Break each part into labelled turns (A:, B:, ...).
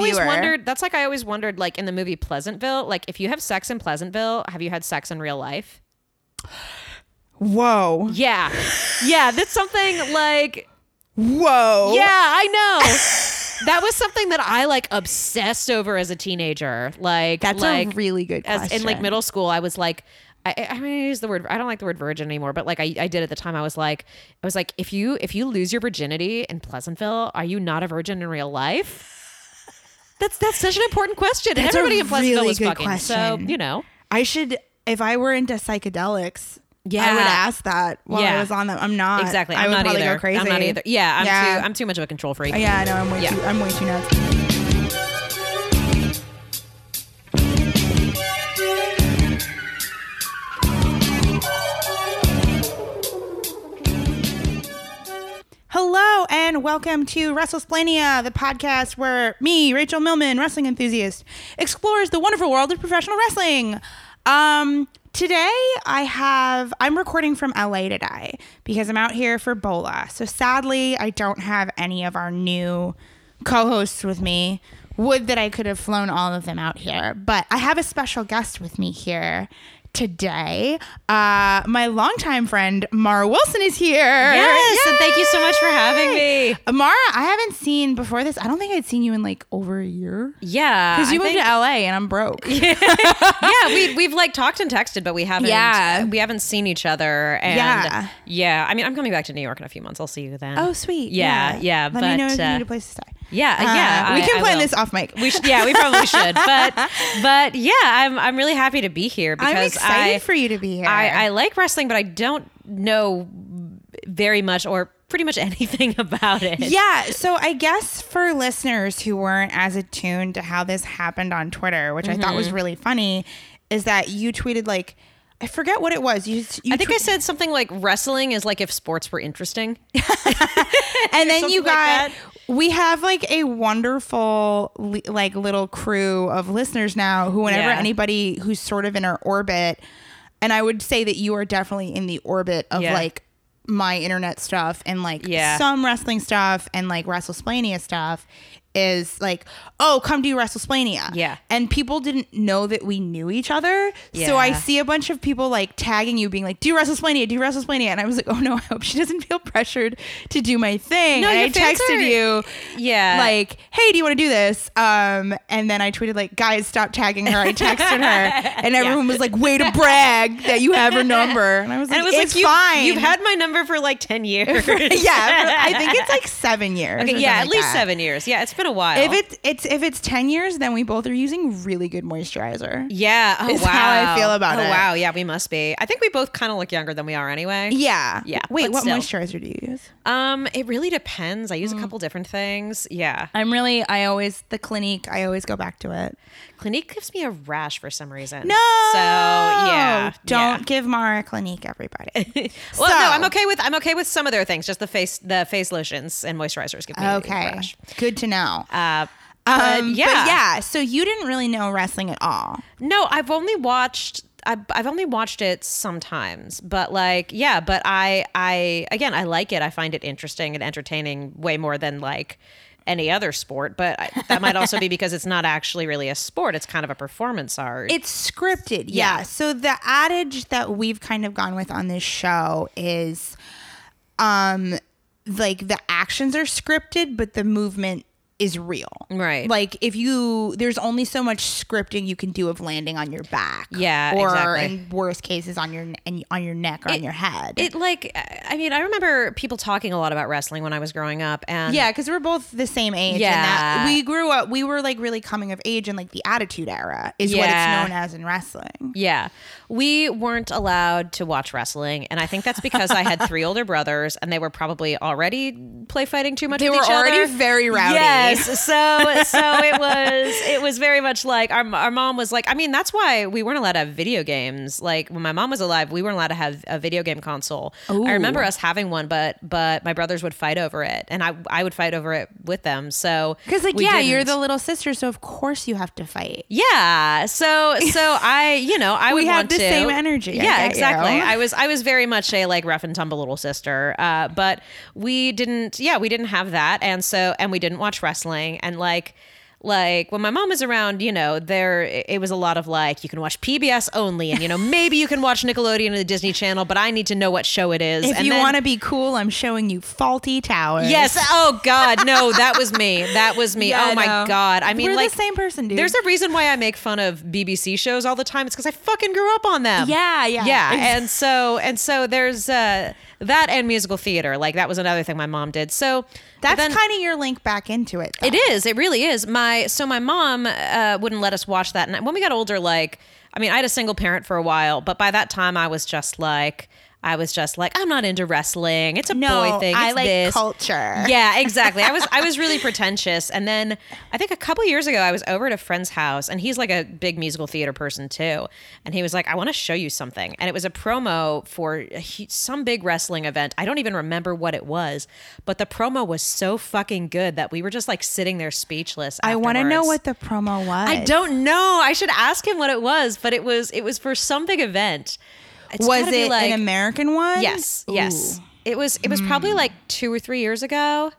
A: always wondered. That's like I always wondered, like in the movie Pleasantville, like if you have sex in Pleasantville, have you had sex in real life?
B: Whoa.
A: Yeah, yeah. That's something like
B: Whoa.
A: yeah, I know. that was something that I like obsessed over as a teenager. Like
B: That's
A: like,
B: a really good question.
A: as in like middle school, I was like, I, I- I mean, I use the word. I don't like the word virgin anymore, but like I, I did at the time. I was like, I was like, if you if you lose your virginity in Pleasantville, are you not a virgin in real life? That's that's such an important question. And
B: That's a
A: everybody in Pleasantville
B: really
A: was
B: good
A: fucking. So
B: question.
A: you know,
B: I should, if I were into psychedelics,
A: Yeah.
B: I would ask that while
A: Yeah.
B: I was on them. I'm not.
A: exactly.
B: I
A: I'm
B: would
A: not
B: probably
A: either.
B: go crazy.
A: I'm not either. Yeah, I'm
B: Yeah.
A: too. I'm too much of a control freak.
B: Yeah, I know. I'm way
A: Yeah.
B: too. I'm way too nuts. Hello and welcome to WrestleSplania, the podcast where me, Rachel Millman, wrestling enthusiast, explores the wonderful world of professional wrestling. Um, today I have I'm recording from LA today because I'm out here for Bola. So sadly, I don't have any of our new co-hosts with me. Would that I could have flown all of them out here, but I have a special guest with me here today. Uh, my longtime friend Mara Wilson is here.
A: Yes, and thank you so much for having
B: Yay!
A: me.
B: Amara. I haven't seen before this. I don't think I'd seen you in like over a year.
A: Yeah,
B: Because you
A: I
B: moved
A: think-
B: to LA and I'm broke.
A: yeah, we we've like talked and texted, but we haven't.
B: Yeah.
A: we haven't seen each other. And
B: Yeah.
A: yeah, I mean, I'm coming back to New York in a few months. I'll see you then.
B: Oh, sweet.
A: Yeah, yeah,
B: Let me
A: but,
B: know if you
A: uh,
B: need a place to stay.
A: yeah, yeah.
B: Uh, we
A: I-
B: can
A: I
B: plan
A: will.
B: this off mic.
A: We should, yeah, we probably should. But but yeah, I'm I'm really happy to be here because
B: I'm excited
A: I,
B: for you to be here.
A: I, I like wrestling, but I don't know very much or pretty much anything about it.
B: yeah. So I guess for listeners who weren't as attuned to how this happened on Twitter, which I thought
A: Mm-hmm.
B: was really funny, is that you tweeted like, I forget what it was. You, you
A: I think I said something like wrestling is like if sports were interesting.
B: and then
A: something
B: you
A: like
B: got
A: that.
B: we have like a wonderful li- like little crew of listeners now who whenever
A: Yeah.
B: anybody who's sort of in our orbit and i would say that you are definitely in the orbit of
A: Yeah.
B: like my internet stuff and like
A: Yeah.
B: some wrestling stuff and like WrestleSplania stuff is like oh come do WrestleSplania
A: Yeah.
B: and people didn't know that we knew each other so
A: Yeah.
B: I see a bunch of people like tagging you being like do WrestleSplania do WrestleSplania and I was like oh no I hope she doesn't feel pressured to do my thing
A: No,
B: and
A: your
B: I
A: fans
B: texted
A: are-
B: you
A: Yeah.
B: like hey do you want to do this um and then I tweeted like guys stop tagging her I texted her and everyone was like way to brag that you have her number and I was like
A: And it was
B: it's
A: like you,
B: fine
A: You've had my number for like ten years.
B: yeah, I think it's like seven years. or
A: Okay, yeah, at
B: something like
A: least
B: that.
A: seven years. Yeah, it's been a while.
B: If it's it's if it's ten years, then we both are using really good moisturizer.
A: yeah, oh,
B: is
A: wow.
B: how I feel about
A: oh,
B: it.
A: Wow, yeah, we must be. I think we both kind of look younger than we are anyway.
B: Yeah,
A: Yeah,
B: Wait,
A: but
B: what
A: still.
B: moisturizer do you use?
A: Um, it really depends. I use a couple different things. Yeah,
B: I'm really I always the Clinique. I always go back to it.
A: Clinique gives me a rash for some reason.
B: No,
A: so yeah,
B: don't
A: yeah.
B: give Mara Clinique, everybody.
A: Well,
B: So-
A: no, I'm okay with I'm okay with some of their things. Just the face, the face lotions and moisturizers give me a
B: okay,
A: rash.
B: good to know.
A: Uh, but
B: Um,
A: yeah,
B: but yeah. So you didn't really know wrestling at all.
A: No, I've only watched. I've, I've only watched it sometimes, but like, yeah, but I, I, again, I like it. I find it interesting and entertaining way more than like any other sport. But I, that might also be because it's not actually really a sport. It's kind of a performance art.
B: It's scripted, yeah.
A: Yeah.
B: So the adage that we've kind of gone with on this show is um like the actions are scripted, but the movement is real.
A: Right.
B: Like if you there's only so much scripting you can do of landing on your back.
A: Yeah,
B: Or
A: exactly.
B: in worst cases on your and on your neck or on your head.
A: it like, I I mean, I remember people talking a lot about wrestling when I was growing up and
B: yeah, because we're both the same age. and
A: Yeah.
B: that- we grew up. We were like really coming of age in like the Attitude Era is what
A: Yeah.
B: it's known as in wrestling.
A: Yeah. We weren't allowed to watch wrestling. And I think that's because I had three older brothers and they were probably already play fighting too much.
B: They
A: with
B: were
A: each
B: already
A: other.
B: very rowdy.
A: Yes. So so it was it was very much like our, our mom was like, I mean, that's why we weren't allowed to have video games. Like when my mom was alive, we weren't allowed to have a video game console. I remember us having one, but but my brothers would fight over it. And I I would fight over it with them. So
B: Because like
A: we
B: yeah, you're
A: didn't.
B: the little sister, so of course you have to fight.
A: Yeah. So so I you know I would
B: had
A: want
B: the
A: to-
B: same energy. I get
A: Yeah,
B: you.
A: exactly. I was I was very much a like rough and tumble little sister. Uh, but we didn't. Yeah, we didn't have that, and so and we didn't watch wrestling, and like like when my mom was around, you know, there it was a lot of like you can watch PBS only, and you know maybe you can watch Nickelodeon or the Disney Channel, but I need to know what show it is.
B: If
A: and
B: you
A: then-
B: want to be cool, I'm showing you faulty towers.
A: Yes. Oh God. No, that was me. That was me.
B: Yeah, I
A: oh my
B: know.
A: God. I mean,
B: We're the
A: like
B: same person, dude.
A: There's a reason why I make fun of BBC shows all the time. It's because I fucking grew up on them.
B: Yeah, yeah.
A: yeah. And so and so there's uh, that and musical theater. Like that was another thing my mom did. So
B: That's
A: then-
B: kind of your link back into it. though.
A: it is. It really is. My so my mom uh, wouldn't let us watch that, and when we got older, like I mean, I had a single parent for a while, but by that time, I was just like, I was just like, I'm not into wrestling. It's a
B: no,
A: boy thing.
B: I
A: It's
B: like
A: this.
B: culture.
A: Yeah, exactly. I was I was really pretentious, and then I think a couple years ago I was over at a friend's house, and he's like a big musical theater person too, and he was like, "I want to show you something," and it was a promo for a hu- some big wrestling event. I don't even remember what it was, but the promo was so fucking good that we were just like sitting there speechless.
B: I want to know
A: afterwards.
B: what the promo was.
A: I don't know. I should ask him what it was, but it was it was for some big event. It's
B: Was
A: gotta be
B: it
A: like-
B: an American one?
A: Yes, yes.
B: Ooh, Hmm.
A: It was it was probably like two or three years ago.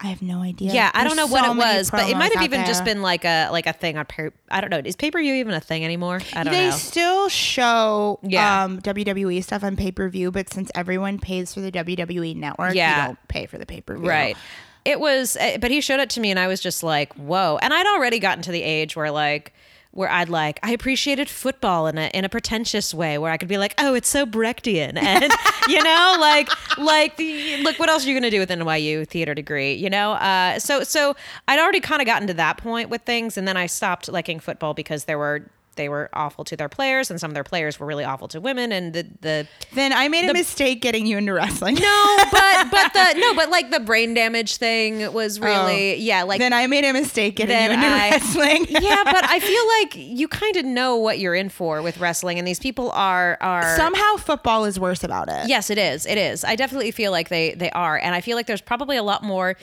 B: I have no idea.
A: Yeah, I
B: There's
A: don't know what
B: so
A: it
B: many
A: was, but it might
B: promos
A: have
B: out
A: even just
B: there.
A: been like a like a thing on pay. I don't know. Is pay per view even a thing anymore? I don't
B: they
A: know.
B: still show
A: Yeah.
B: um, WWE stuff on pay per view, but since everyone pays for the WWE network,
A: Yeah.
B: you don't pay for the pay per view.
A: Right. It was, uh, but he showed it to me, and I was just like, "Whoa!" And I'd already gotten to the age where like. Where I'd like, I appreciated football in a in a pretentious way, where I could be like, "Oh, it's so Brechtian," and you know, like, like, the, look, what else are you gonna do with an NYU theater degree? You know, uh, so so I'd already kind of gotten to that point with things, and then I stopped liking football because there were they were awful to their players, and some of their players were really awful to women, and the the
B: Then I made a mistake getting you into wrestling.
A: no, but but the no, but like the brain damage thing was really yeah, like
B: then I made a mistake getting
A: Then
B: you into
A: I-
B: wrestling.
A: yeah, but I feel like you kind of know what you're in for with wrestling, and these people are are
B: Somehow football is worse about it.
A: yes, it is, it is. I definitely feel like they they are, and I feel like there's probably a lot more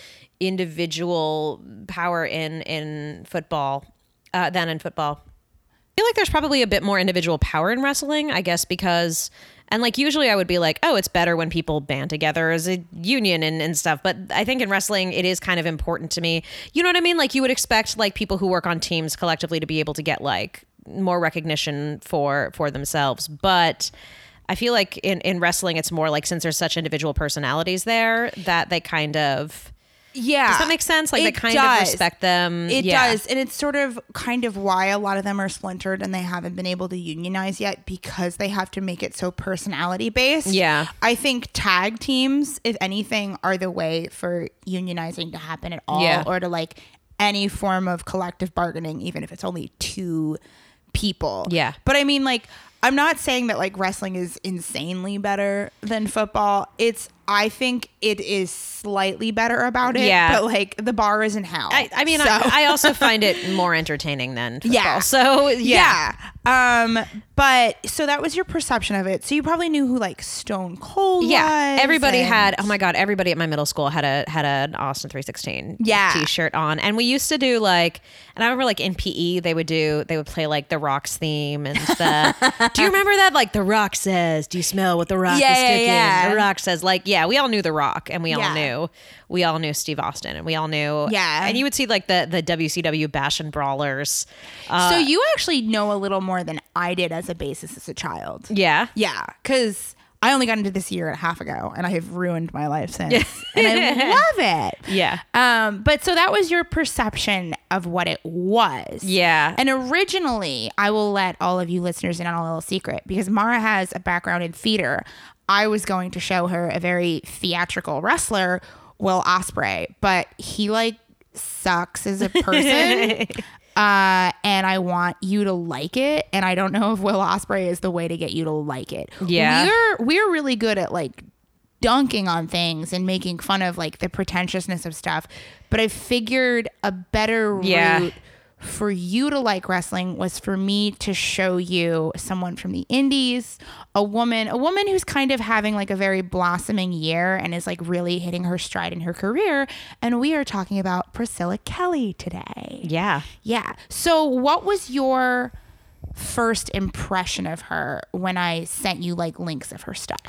A: individual power in in football uh, than in football. I feel like there's probably a bit more individual power in wrestling, I guess, because and like usually I would be like, oh, it's better when people band together as a union and, and stuff. But I think in wrestling it is kind of important to me. You know what I mean? Like you would expect like people who work on teams collectively to be able to get like more recognition for for themselves. But I feel like in, in wrestling it's more like since there's such individual personalities there that they kind of
B: Yeah.
A: does that make sense? Like they
B: Uh, It
A: kind of
B: does.
A: respect them.
B: It
A: Mm, Yeah.
B: does. And it's sort of kind of why a lot of them are splintered and they haven't been able to unionize yet because they have to make it so personality based.
A: Yeah.
B: I think tag teams, if anything, are the way for unionizing to happen at all
A: Yeah.
B: or to like any form of collective bargaining, even if it's only two people.
A: Yeah.
B: But I mean, like, I'm not saying that like wrestling is insanely better than football. It's, I think it is slightly better about it.
A: Yeah.
B: But like the bar is in hell.
A: I, I mean,
B: So-
A: I, I also find it more entertaining than football.
B: Yeah.
A: So yeah.
B: yeah. Um, but so that was your perception of it. So you probably knew who like Stone Cold
A: Yeah.
B: was.
A: Everybody
B: and-
A: had oh my god, everybody at my middle school had a had an Austin 316
B: Yeah.
A: t-shirt on. And we used to do like and I remember like in PE they would do they would play like the Rock's theme and the Do you remember that like the Rock says, do you smell what the Rock
B: Yeah,
A: is
B: yeah,
A: cooking?
B: yeah.
A: The Rock says like yeah, we all knew the Rock and we
B: Yeah.
A: all knew we all knew Steve Austin and we all knew
B: Yeah.
A: And you would see like the the WCW Bash and Brawlers. uh,
B: so you actually know a little more than I did as a basis as a child.
A: Yeah.
B: Yeah, because I only got into this a year and a half ago, and I have ruined my life since. and I love it.
A: Yeah.
B: Um, but so that was your perception of what it was.
A: Yeah.
B: And originally, I will let all of you listeners in on a little secret because Mara has a background in theater. I was going to show her a very theatrical wrestler, Will Osprey, but he like sucks as a person. Uh, and I want you to like it, and I don't know if Will Osprey is the way to get you to like it.
A: Yeah.
B: we're we're really good at like dunking on things and making fun of like the pretentiousness of stuff. But I figured a better
A: Yeah.
B: route for you to like wrestling was for me to show you someone from the indies, a woman, a woman who's kind of having like a very blossoming year and is like really hitting her stride in her career. And we are talking about Priscilla Kelly today.
A: Yeah.
B: Yeah. So, what was your first impression of her when I sent you like links of her stuff.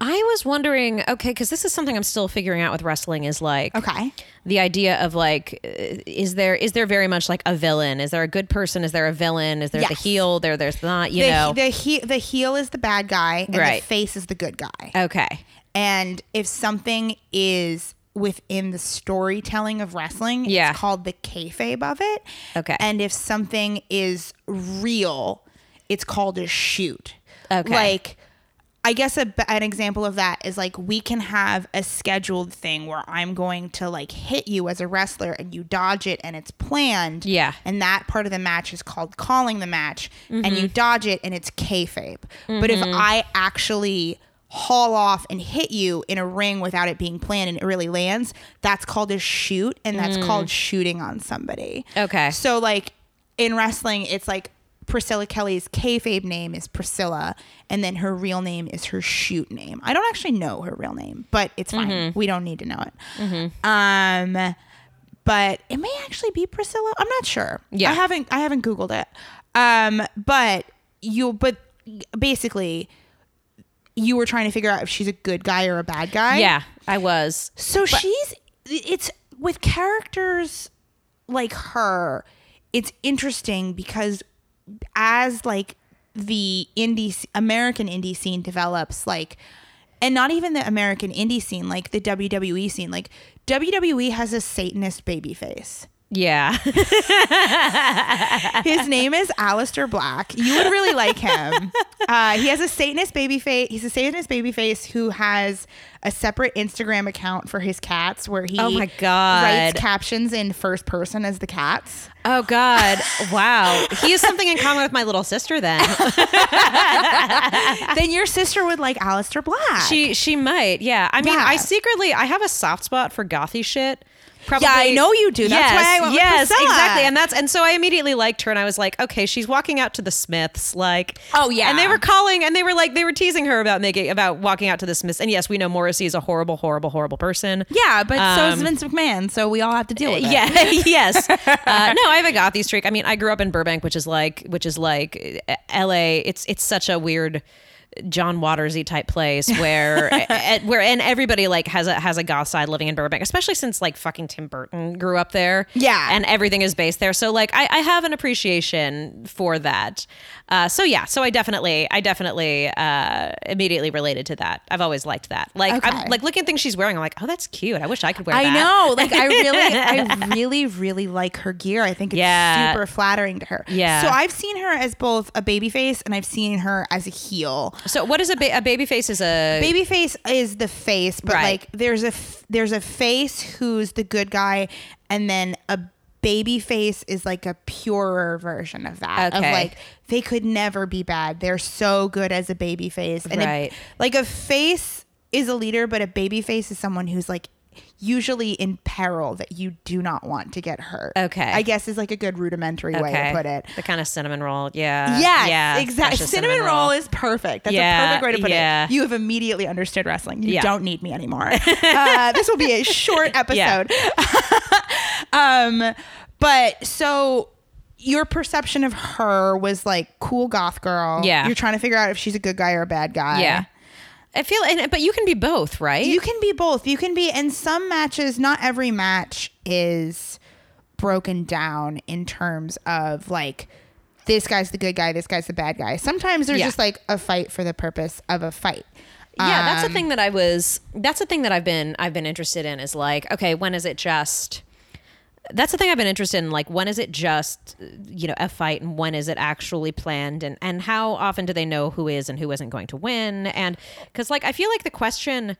A: I was wondering, okay, because this is something I'm still figuring out with wrestling is like,
B: Okay.
A: the idea of like, uh, is there is there very much like a villain? Is there a good person? Is there a villain? Is there the
B: Yes.
A: heel? There, there's not. You
B: The,
A: know.
B: the, he- the heel is the bad guy and
A: Right.
B: the face is the good guy.
A: okay.
B: And if something is within the storytelling of wrestling,
A: Yeah.
B: it's called the kayfabe of it.
A: Okay.
B: And if something is real, it's called a shoot.
A: Okay.
B: Like, I guess a, an example of that is like we can have a scheduled thing where I'm going to like hit you as a wrestler and you dodge it and it's planned.
A: Yeah.
B: And that part of the match is called calling the match and you dodge it and it's kayfabe. But if I actually haul off and hit you in a ring without it being planned and it really lands, that's called a shoot and that's called shooting on somebody.
A: Okay.
B: So like in wrestling, it's like Priscilla Kelly's kayfabe name is Priscilla, and then her real name is her shoot name. I don't actually know her real name, but it's fine.
A: Mm-hmm.
B: We don't need to know it. Um, but it may actually be Priscilla. I'm not sure.
A: Yeah.
B: I haven't I haven't googled it. Um, but you but basically you were trying to figure out if she's a good guy or a bad guy.
A: Yeah, I was.
B: So she's it's with characters like her, it's interesting because as like the indie s- American indie scene develops like and not even the American indie scene, like the WWE scene, like WWE has a Satanist babyface.
A: Yeah.
B: His name is Alistair Black. You would really like him. Uh, he has a Satanist baby face. He's a Satanist baby face who has a separate Instagram account for his cats where he
A: Oh my God.
B: writes captions in first person as the cats.
A: oh God. Wow. He has something in common with my little sister. Then
B: then your sister would like Alistair Black.
A: she she might. Yeah. I mean,
B: Yeah.
A: I secretly I have a soft spot for gothy shit. Probably.
B: Yeah, I know you do. That's
A: yes,
B: why I went with
A: yes,
B: Priscilla.
A: exactly. And that's and so I immediately liked her, and I was like, okay, she's walking out to the Smiths, like,
B: Oh, yeah.
A: And they were calling, and they were like, they were teasing her about making about walking out to the Smiths. And yes, we know Morrissey is a horrible, horrible, horrible person.
B: yeah, but so is
A: Um,
B: Vince McMahon. So we all have to deal with it.
A: Yeah. yes. Uh, no, I have a gothy streak. I mean, I grew up in Burbank, which is like, which is like uh, L.A. It's it's such a weird. John Watersy type place where at, where and everybody like has a has a goth side living in Burbank, especially since like fucking Tim Burton grew up there.
B: Yeah.
A: and everything is based there. So like I, I have an appreciation for that. Uh, so yeah, so I definitely I definitely uh, immediately related to that. I've always liked that. Like
B: Okay.
A: I'm like looking at things she's wearing. I'm like, oh, that's cute. I wish I could wear.
B: I
A: that.
B: know. Like I really, I really, really like her gear. I think it's
A: Yeah.
B: super flattering to her.
A: Yeah.
B: So I've seen her as both a baby face and I've seen her as a heel.
A: So what is a, ba- a baby face? Is a
B: baby face is the face but
A: Right.
B: like there's a f- there's a face who's the good guy and then a baby face is like a purer version of that
A: Okay.
B: of like they could never be bad they're so good as a baby face and a-
A: Right.
B: like a face is a leader but a baby face is someone who's like usually in peril that you do not want to get hurt
A: Okay.
B: i guess is like a good rudimentary way to put it
A: The kind of cinnamon roll. Yeah.
B: Yes,
A: Yeah.
B: exactly.
A: Precious
B: Cinnamon, roll. is perfect. That's
A: Yeah,
B: a perfect way to put
A: yeah.
B: it. You have immediately understood wrestling. You
A: Yeah.
B: don't need me anymore. uh, this will be a short
A: Yeah.
B: episode. um, but so your perception of her was like cool goth girl.
A: Yeah.
B: You're trying to figure out if she's a good guy or a bad guy.
A: Yeah. I feel, and, but you can be both, right?
B: You can be both. You can be in some matches, not every match is broken down in terms of like this guy's the good guy, this guy's the bad guy. Sometimes there's
A: Yeah.
B: just like a fight for the purpose of a fight.
A: yeah that's
B: Um,
A: the thing that i was that's the thing that i've been i've been interested in is like okay when is it just that's the thing i've been interested in like when is it just you know a fight and when is it actually planned and and how often do they know who is and who isn't going to win and because like i feel like the question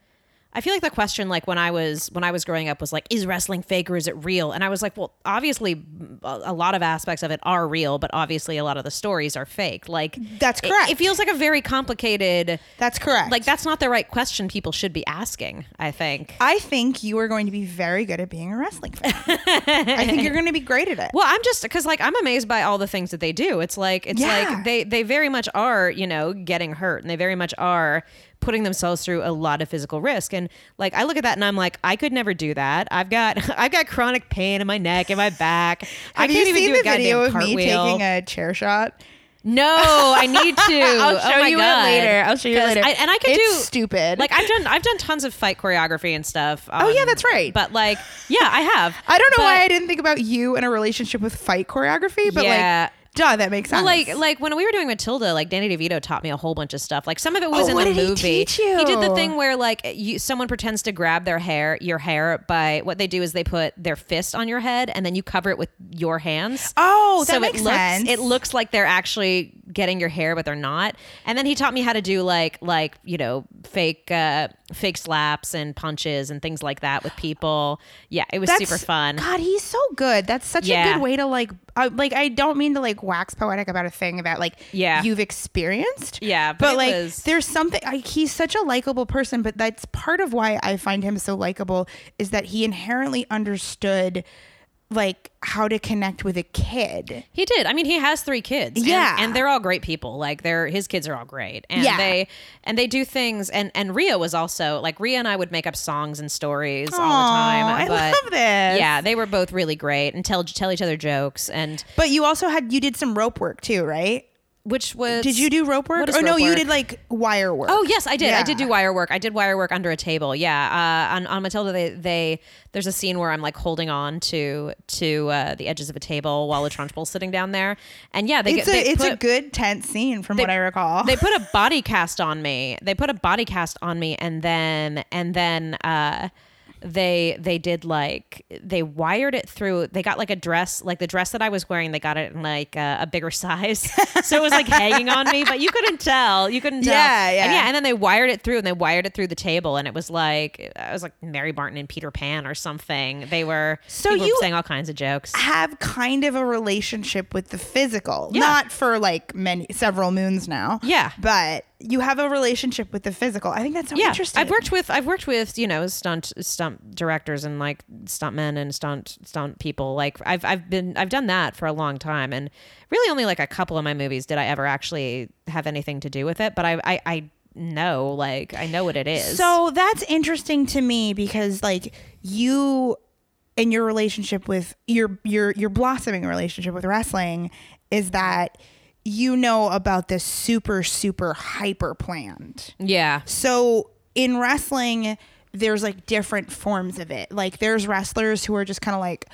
A: I feel like the question, like when I was when I was growing up, was like, "Is wrestling fake or is it real?" And I was like, "Well, obviously, a a lot of aspects of it are real, but obviously, a lot of the stories are fake." Like
B: That's
A: it-
B: correct.
A: it feels like a very complicated
B: That's correct.
A: like that's not the right question people should be asking i think
B: I think you are going to be very good at being a wrestling fan. I think you're going to be great at it.
A: well i'm just because like i'm amazed by all the things that they do it's like it's
B: Yeah.
A: like they they very much are you know getting hurt and they very much are putting themselves through a lot of physical risk and like i look at that and i'm like i could never do that i've got i've got chronic pain in my neck and my back i
B: Have
A: can't even
B: you seen
A: do a
B: the video
A: goddamn
B: of me
A: cartwheel
B: taking a chair shot?
A: No, I need to.
B: I'll show
A: oh my
B: you it
A: God.
B: later. I'll show you it
A: 'Cause
B: later.
A: I, and I could
B: It's
A: do
B: stupid.
A: Like I've done, I've done tons of fight choreography and stuff. um,
B: Oh, yeah, that's right.
A: But like, yeah, I have.
B: I don't know
A: But-
B: why I didn't think about you in a relationship with fight choreography, but
A: Yeah.
B: like, duh, that makes sense.
A: Well, like like when we were doing Matilda, like Danny DeVito taught me a whole bunch of stuff. Like some of it was in
B: Oh, what
A: the
B: did he
A: movie.
B: teach you?
A: did the thing where like you, someone pretends to grab their hair, your hair, by what they do is they put their fist on your head and then you cover it with your hands.
B: Oh, that
A: so
B: makes
A: it looks,
B: sense.
A: It looks like they're actually getting your hair, but they're not. And then he taught me how to do like like you know fake uh, fake slaps and punches and things like that with people. Yeah, it was super fun.
B: God, he's so good. That's such a
A: Yeah.
B: good way to like, uh, like I don't mean to like wax poetic about a thing that like
A: Yeah.
B: you've experienced.
A: Yeah,
B: but,
A: but it
B: like
A: was-
B: there's something. Like, he's such a likable person, but that's part of why I find him so likable is that he inherently understood like how to connect with a kid.
A: He did. I mean, he has three kids. and-
B: Yeah.
A: and, they're all great people. Like, they're his kids are all great, and
B: Yeah.
A: they and they do things. And and Ria was also like Ria and I would make up songs and stories all the
B: Aw, I
A: time. But
B: love this.
A: Yeah, they were both really great and tell tell each other jokes and
B: But you also had you did some rope work too, right?
A: which was
B: Did you do rope work?
A: What is
B: or no,
A: rope
B: you
A: work?
B: did like wire work.
A: Oh yes, I did. I did
B: Yeah.
A: do wire work. I did wire work under a table. Yeah. Uh, on, on Matilda, they, they there's a scene where I'm like holding on to to uh, the edges of a table while a Trunchbull's sitting down there, and yeah, they
B: It's
A: get,
B: a
A: they
B: it's
A: put,
B: a good tense scene from what I recall.
A: they put a body cast on me. They put a body cast on me, and then and then uh, they they did like they wired it through. They got like a dress, like the dress that I was wearing. They got it in like uh, a bigger size, so it was like hanging on me, but you couldn't tell. You couldn't tell.
B: Yeah, yeah.
A: And yeah, and then they wired it through, and they wired it through the table, and it was like I was like Mary Barton and Peter Pan or something. They were
B: So
A: people were
B: you-
A: saying all kinds of jokes.
B: have kind of a relationship with the physical.
A: Yeah.
B: Not for like many several moons now.
A: Yeah.
B: But you have a relationship with the physical. I think that's so
A: yeah,
B: interesting.
A: I've worked with I've worked with you know stunt stunt directors and like stuntmen and stunt stunt people. Like I've I've been I've done that for a long time, and really only like a couple of my movies did I ever actually have anything to do with it. But I I, I know like I know what it is.
B: So that's interesting to me because like you and your relationship with your your your blossoming relationship with wrestling is that you know about this super super hyper planned.
A: yeah,
B: So in wrestling, there's like different forms of it. Like there's wrestlers who are just kind of like,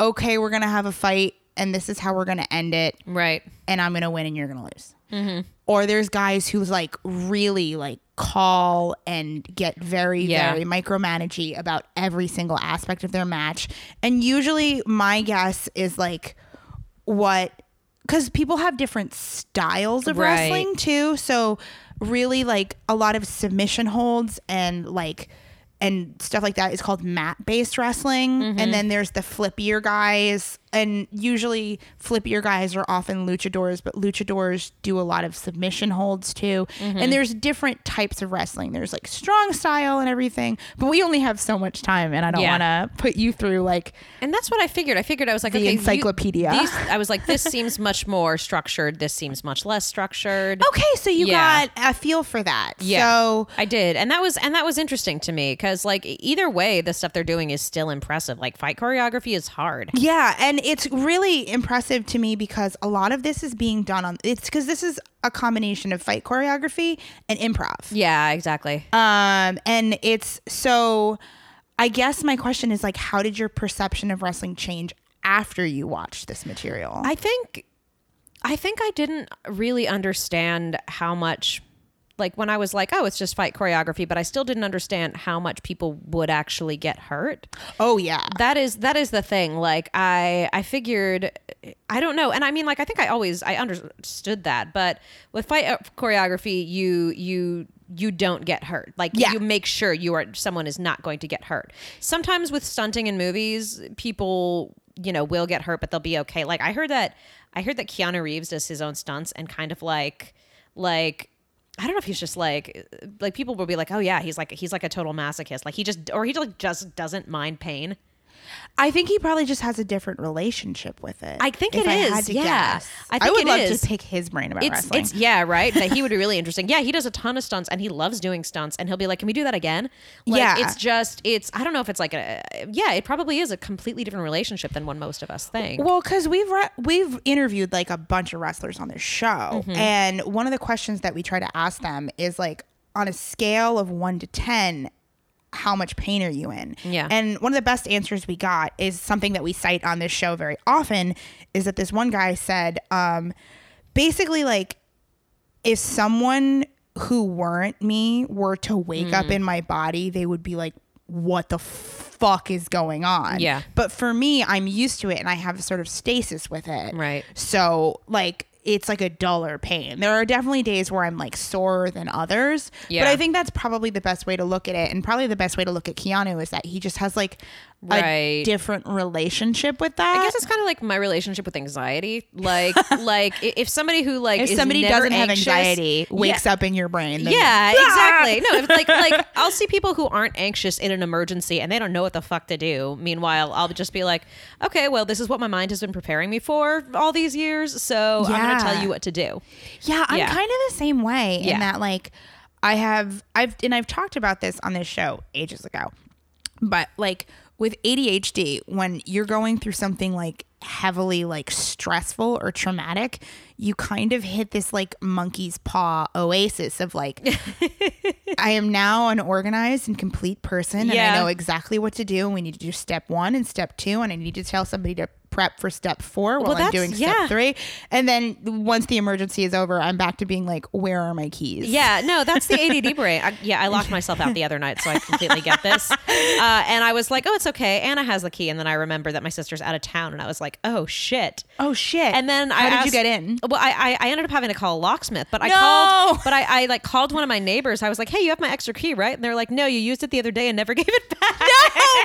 B: okay, we're gonna have a fight, and this is how we're gonna end it,
A: right.
B: and I'm gonna win, and you're gonna lose.
A: Mm-hmm.
B: Or there's guys who's like really like call and get very
A: Yeah.
B: very micromanagey about every single aspect of their match. And usually, my guess is like what because people have different styles of
A: Right.
B: wrestling too so really like a lot of submission holds and like and stuff like that is called mat based wrestling and then there's the flippier guys and usually flippier guys are often luchadors but luchadors do a lot of submission holds too and there's different types of wrestling there's like strong style and everything but we only have so much time and i don't
A: Yeah.
B: want to put you through like
A: And that's what I figured. I figured I was like okay, you-
B: encyclopedia.
A: these, I was like, this seems much more structured. This seems much less structured.
B: okay so you
A: Yeah.
B: got a feel for that
A: Yeah,
B: so
A: I did, and that was and that was interesting to me because like e- either way, the stuff they're doing is still impressive. Like fight choreography is hard.
B: Yeah, and it's really impressive to me because a lot of this is being done on it's because this is a combination of fight choreography and improv.
A: Yeah, exactly.
B: Um and it's so I guess my question is like how did your perception of wrestling change after you watched this material?
A: I think, I think I didn't really understand how much, like when I was like, oh, it's just fight choreography, but I still didn't understand how much people would actually get hurt.
B: oh yeah.
A: that is that is the thing like i i figured i don't know and i mean like i think i always i understood that but with fight uh, choreography you you you don't get hurt like
B: Yeah.
A: you make sure you are someone is not going to get hurt sometimes with stunting in movies people you know will get hurt but they'll be okay like i heard that i heard that keanu reeves does his own stunts and kind of like like I don't know if he's just like like people will be like, oh yeah, he's like he's like a total masochist. Like he just or he like just doesn't mind pain.
B: I think he probably just has a different relationship with it.
A: I think
B: if
A: it
B: I
A: is,
B: had to
A: yeah.
B: guess.
A: I
B: I,
A: think
B: would
A: it
B: love
A: is.
B: to pick his brain about
A: It's,
B: wrestling.
A: it's yeah right that he would be really interesting yeah he does a ton of stunts and he loves doing stunts and he'll be like can we do that again like,
B: Yeah.
A: it's just it's I don't know if it's like a yeah it probably is a completely different relationship than one most of us think
B: Well, because we've re- we've interviewed like a bunch of wrestlers on this show, and one of the questions that we try to ask them is like on a scale of one to ten, how much pain are you in?
A: Yeah.
B: And one of the best answers we got is something that we cite on this show very often is that this one guy said, um, basically like if someone who weren't me were to wake up
A: Mm.
B: in my body, they would be like, what the fuck is going on?
A: Yeah.
B: But for me, I'm used to it and I have a sort of stasis with it.
A: Right.
B: So, like, it's like a duller pain. There are definitely days where I'm like sorer than others.
A: Yeah.
B: But I think that's probably the best way to look at it. And probably the best way to look at Keanu is that he just has like
A: Right.
B: a different relationship with that.
A: I guess it's kind of like my relationship with anxiety. Like, like i- if somebody who like
B: if
A: is
B: somebody
A: never
B: doesn't
A: anxious-
B: have anxiety, wakes
A: yeah,
B: up in your brain. then- Ah!
A: Yeah, exactly. No, if, like like I'll see people who aren't anxious in an emergency and they don't know what the fuck to do. Meanwhile, I'll just be like, okay, well, this is what my mind has been preparing me for all these years, so I'm gonna
B: Yeah.
A: tell you what to do.
B: Yeah, I'm
A: Yeah.
B: kind of the same way
A: Yeah.
B: in that like I have I've and I've talked about this on this show ages ago. But like with ADHD, when you're going through something like heavily like stressful or traumatic, you kind of hit this like monkey's paw oasis of like I am now an organized and complete person and
A: Yeah.
B: I know exactly what to do and we need to do step 1 and step 2 and I need to tell somebody to prep for step 4 while
A: Well,
B: I'm
A: that's-
B: doing step
A: yeah.
B: 3 three. And then once the emergency is over, I'm back to being like, where are my keys?
A: Yeah, no, that's the ADD brain. I, yeah, I locked myself out the other night, so I completely get this. Uh, and I was like, oh, it's okay. Anna has the key, and then I remember that my sister's out of town, and I was like, oh shit.
B: Oh shit.
A: And then
B: how
A: I
B: did
A: asked-
B: you get in?
A: Well, I, I I ended up having to call a locksmith, but I
B: No!
A: called, but I, I like called one of my neighbors. I was like, "Hey, you have my extra key, right?" And they're like, "No, you used it the other day and never gave it back."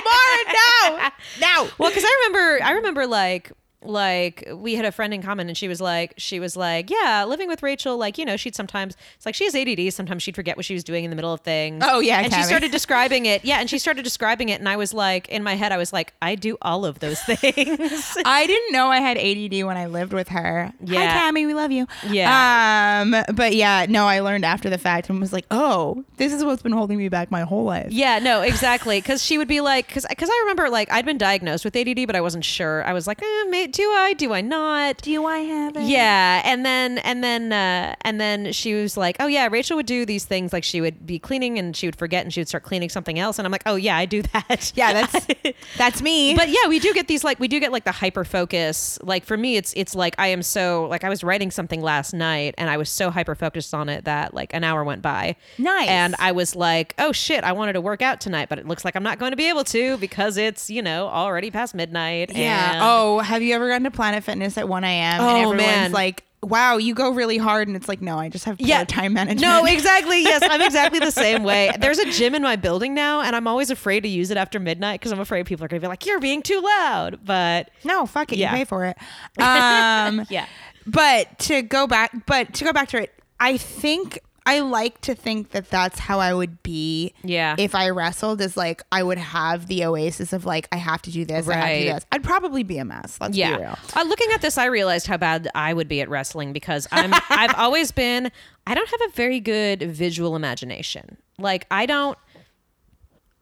B: Oh, Mara, no, no.
A: Well, because I remember, I remember like like we had a friend in common and she was like she was like yeah living with rachel like you know she'd sometimes it's like she has add sometimes she'd forget what she was doing in the middle of things
B: Oh, yeah,
A: and she
B: Tammy.
A: started describing it yeah and she started describing it and i was like in my head i was like i do all of those things
B: I didn't know I had ADD when I lived with her.
A: Yeah.
B: Hi, Tammy. We love you.
A: Yeah.
B: Um, but yeah, no, I learned after the fact and was like, oh, this is what's been holding me back my whole life.
A: Yeah, no, exactly. Because she would be like, because I remember like I'd been diagnosed with ADD, but I wasn't sure. I was like, eh, mate, do I? Do I not?
B: Do I have it?
A: Yeah, and then and then uh, and then she was like, oh yeah, Rachel would do these things. Like she would be cleaning and she would forget and she would start cleaning something else. And I'm like, oh yeah, I do that.
B: Yeah, that's that's me.
A: But yeah, we do get these like we do get like the hyper focus. Like for me, it's it's like I am so like I was writing something last night and I was so hyper focused on it that like an hour went by.
B: Nice.
A: And I was like, oh shit, I wanted to work out tonight, but it looks like I'm not going to be able to because it's you know already past midnight.
B: Yeah.
A: and-
B: oh, have you ever gone to Planet Fitness at 1 a.m.
A: Oh,
B: and everyone's
A: man.
B: like, wow, you go really hard. And it's like, no, I just have poor time management.
A: No, exactly. Yes, I'm exactly the same way. There's a gym in my building now, and I'm always afraid to use it after midnight because I'm afraid people are going to be like, "You're being too loud." But
B: no, fuck it.
A: Yeah.
B: You pay for it. Um,
A: Yeah.
B: But to go back, but to go back to it, I think I like to think that that's how I would be.
A: Yeah.
B: If I wrestled, is like I would have the oasis of like I have to do this. I have to do
A: Right.
B: this. I'd probably be a mess. Let's be
A: Yeah.
B: real.
A: Uh, looking at this, I realized how bad I would be at wrestling because I'm I've always been I don't have a very good visual imagination. Like I don't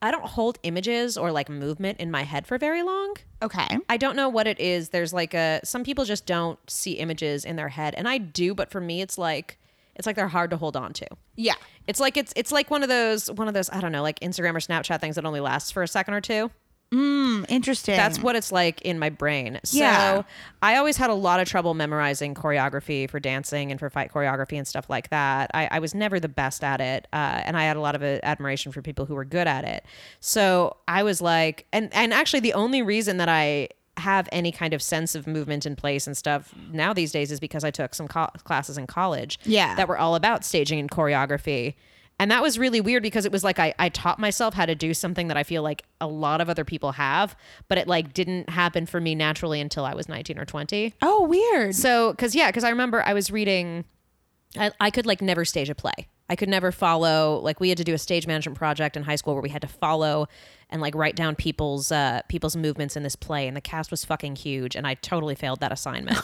A: I don't hold images or like movement in my head for very long.
B: Okay.
A: I don't know what it is. There's like a some people just don't see images in their head and I do, but for me it's like it's like they're hard to hold on to.
B: Yeah.
A: It's like it's it's like one of those one of those I don't know, like Instagram or Snapchat things that only lasts for a second or two.
B: Hmm, Interesting.
A: That's what it's like in my brain. So
B: Yeah.
A: I always had a lot of trouble memorizing choreography for dancing and for fight choreography and stuff like that. I, I was never the best at it, uh, and I had a lot of uh, admiration for people who were good at it. So I was like, and and actually, the only reason that I have any kind of sense of movement in place and stuff now these days is because I took some co- classes in college
B: Yeah.
A: that were all about staging and choreography. And that was really weird because it was like I, I taught myself how to do something that I feel like a lot of other people have, but it like didn't happen for me naturally until I was 19 or 20.
B: Oh, weird.
A: So, cause yeah, cause I remember I was reading, I, I could like never stage a play. I could never follow. Like we had to do a stage management project in high school where we had to follow and like write down people's uh, people's movements in this play, and the cast was fucking huge, and I totally failed that assignment.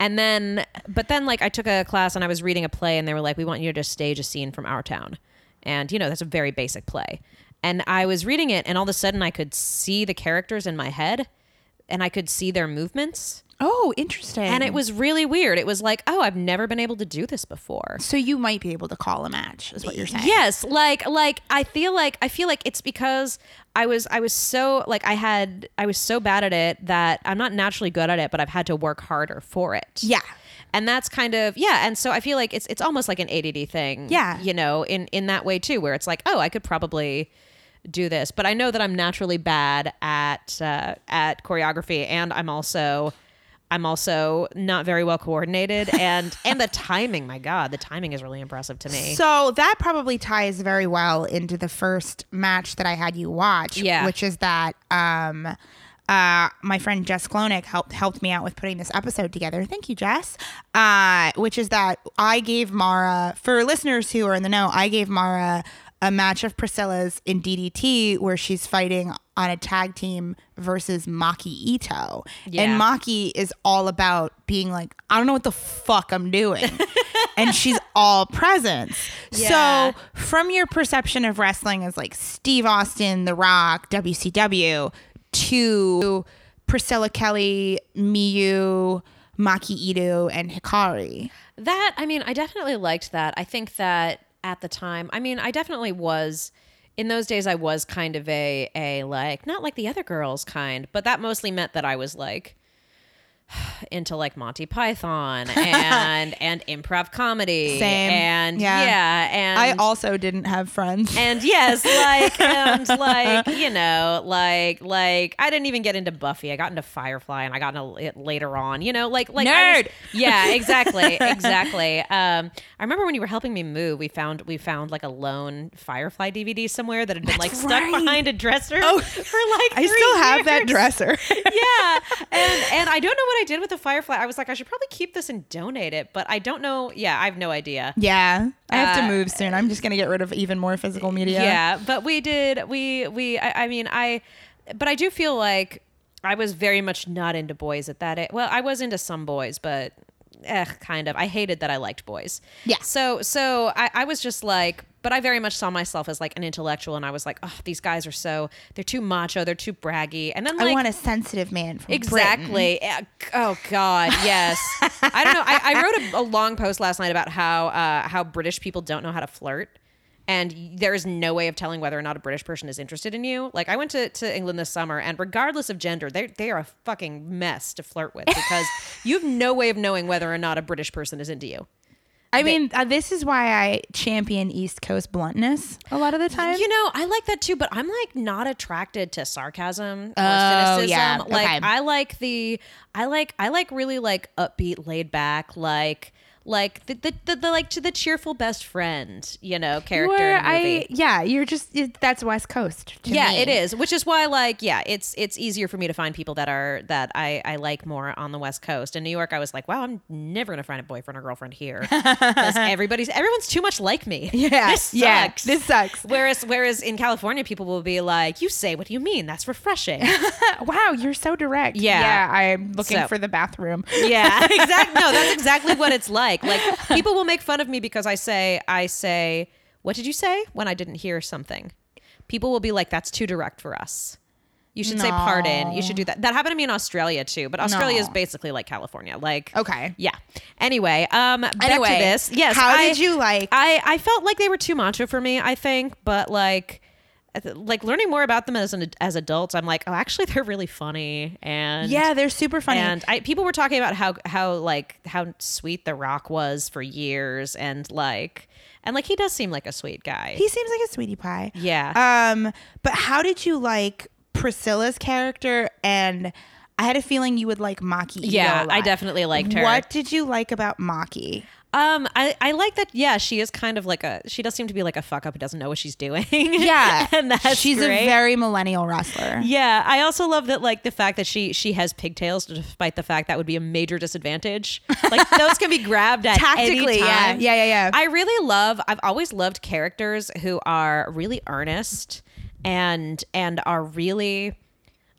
A: And then, but then like I took a class and I was reading a play, and they were like, "We want you to just stage a scene from Our Town," and you know that's a very basic play. And I was reading it, and all of a sudden I could see the characters in my head, and I could see their movements.
B: Oh, interesting.
A: And it was really weird. It was like, oh, I've never been able to do this before.
B: so you might be able to call a match, is what you're saying.
A: Yes, like like I feel like I feel like it's because I was I was so like I had I was so bad at it that I'm not naturally good at it, but I've had to work harder for it.
B: Yeah.
A: And that's kind of yeah, and so I feel like it's it's almost like an ADD thing.
B: Yeah.
A: You know, in in that way too where it's like, "Oh, I could probably do this, but I know that I'm naturally bad at uh, at choreography and I'm also I'm also not very well coordinated and and the timing, my god, the timing is really impressive to me.
B: So that probably ties very well into the first match that I had you watch,
A: Yeah.
B: which is that um, uh, my friend Jess Klonick helped helped me out with putting this episode together. Thank you, Jess. Uh, which is that I gave Mara for listeners who are in the know, I gave Mara a match of Priscilla's in DDT where she's fighting on a tag team versus Maki Ito.
A: Yeah.
B: And Maki is all about being like, I don't know what the fuck I'm doing. and she's all presence.
A: Yeah.
B: So, from your perception of wrestling as like Steve Austin, The Rock, WCW, to Priscilla Kelly, Miyu, Maki Ito, and Hikari.
A: That I mean, I definitely liked that. I think that at the time, I mean, I definitely was in those days I was kind of a a like not like the other girls kind, but that mostly meant that I was like into like Monty Python and and improv comedy
B: Same.
A: and
B: Yeah.
A: yeah, and
B: I also didn't have friends.
A: and yes, like and like you know, like like I didn't even get into Buffy. I got into Firefly, and I got into it later on. You know, like like I was-
B: Nerd.
A: yeah, exactly, exactly. Um, I remember when you were helping me move, we found we found like a lone Firefly DVD somewhere that had been like
B: That's
A: stuck
B: right. Oh,
A: behind a dresser for like
B: I
A: three
B: still have that
A: years.
B: dresser.
A: yeah, and and I don't know what I did with the Firefly. I was like, I should probably keep this and donate it, but I don't know. Yeah, I have no idea.
B: yeah. I have to
A: Uh,
B: move soon. I'm just going to get rid of even more physical media.
A: Yeah, but we did. We we. I, I mean, I. But I do feel like I was very much not into boys at that. Age. Well, I was into some boys, but eh, kind of. I hated that I liked boys.
B: Yeah.
A: So so I, I was just like. But I very much saw myself as like an intellectual, and I was like, "Oh, these guys are so—they're too macho, they're too braggy." And then like,
B: I want a sensitive man from Britain.
A: Exactly. Yeah. Oh God, yes. I don't know. I, I wrote a, a long post last night about how uh, how British people don't know how to flirt, and there is no way of telling whether or not a British person is interested in you. Like I went to, to England this summer, and regardless of gender, they they are a fucking mess to flirt with because you have no way of knowing whether or not a British person is into you.
B: I mean, uh, this is why I champion East Coast bluntness a lot of the time.
A: You know, I like that too, but I'm like not attracted to sarcasm or
B: Oh,
A: cynicism.
B: yeah.
A: Like
B: Okay.
A: I like the I like I like really like upbeat, laid back, like like the the, the, the like to the cheerful best friend, you know, character
B: Where
A: in a movie.
B: I, yeah, you're just it, that's West Coast. to
A: yeah,
B: me.
A: it is, which is why, like, yeah, it's it's easier for me to find people that are that I I like more on the West Coast. In New York, I was like, wow, I'm never gonna find a boyfriend or girlfriend here because everybody's everyone's too much like me.
B: Yeah,
A: this sucks.
B: yeah, this sucks.
A: Whereas whereas in California, people will be like, you say what do you mean? That's refreshing.
B: Wow, you're so direct.
A: Yeah.
B: yeah. I'm looking
A: So-
B: for the bathroom.
A: yeah, exactly. No, that's exactly what it's like. Like people will make fun of me because I say I say what did you say when I didn't hear something. People will be like, that's too direct for us. You should say pardon. You should do that. That happened to me in Australia too, but Australia is
B: No.
A: basically like California. Like
B: Okay.
A: yeah. Anyway, um, back to
B: Anyway,
A: this. Yes.
B: how
A: I-
B: did you like-
A: I I felt like they were too macho for me. I think, but like. I th- Like learning more about them as an, as adults, I'm like, oh, actually, they're really funny, and
B: Yeah, they're super funny.
A: and I, people were talking about how how like how sweet The Rock was for years, and like and like he does seem like a sweet guy.
B: he seems like a sweetie pie.
A: yeah,
B: Um, but how did you like Priscilla's character? And I had a feeling you would like Maki. Ito
A: yeah.
B: a
A: I
B: lot.
A: definitely liked her.
B: What did you like about Maki?
A: Um, I, I like that. Yeah, she is kind of like a. She does seem to be like a fuck up who doesn't know what she's doing.
B: Yeah.
A: and that's
B: She's
A: great.
B: a very millennial wrestler.
A: Yeah, I also love that like the fact that she she has pigtails, despite the fact that would be a major disadvantage. Like those can be grabbed at
B: Tactically,
A: any
B: yeah.
A: time.
B: Yeah, yeah, yeah.
A: I really love. I've always loved characters who are really earnest and and are really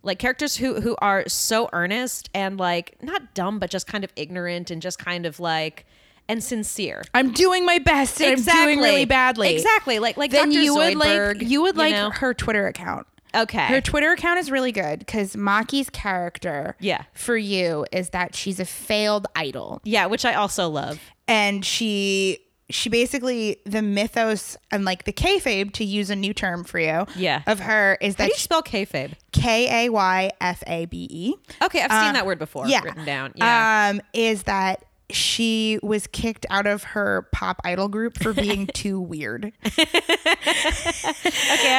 A: like characters who who are so earnest and like not dumb but just kind of ignorant and just kind of like and sincere.
B: I'm doing my best and I'm doing really badly.
A: Exactly. Like like
B: Then
A: Dr.
B: you would
A: Zoidberg,
B: like you would like
A: know?
B: her Twitter account.
A: okay.
B: Her Twitter account is really good because Maki's character
A: Yeah.
B: for you is that she's a failed idol.
A: yeah, which I also love.
B: and she she basically the mythos and like the kayfabe to use a new term for you
A: Yeah.
B: of her is
A: How
B: that
A: do you spell kayfabe?
B: K A Y F A B E
A: Okay, I've seen that word before
B: yeah
A: Oh, written down. Uh, Yeah. Uh,
B: um is that she was kicked out of her pop idol group for being too weird
A: okay,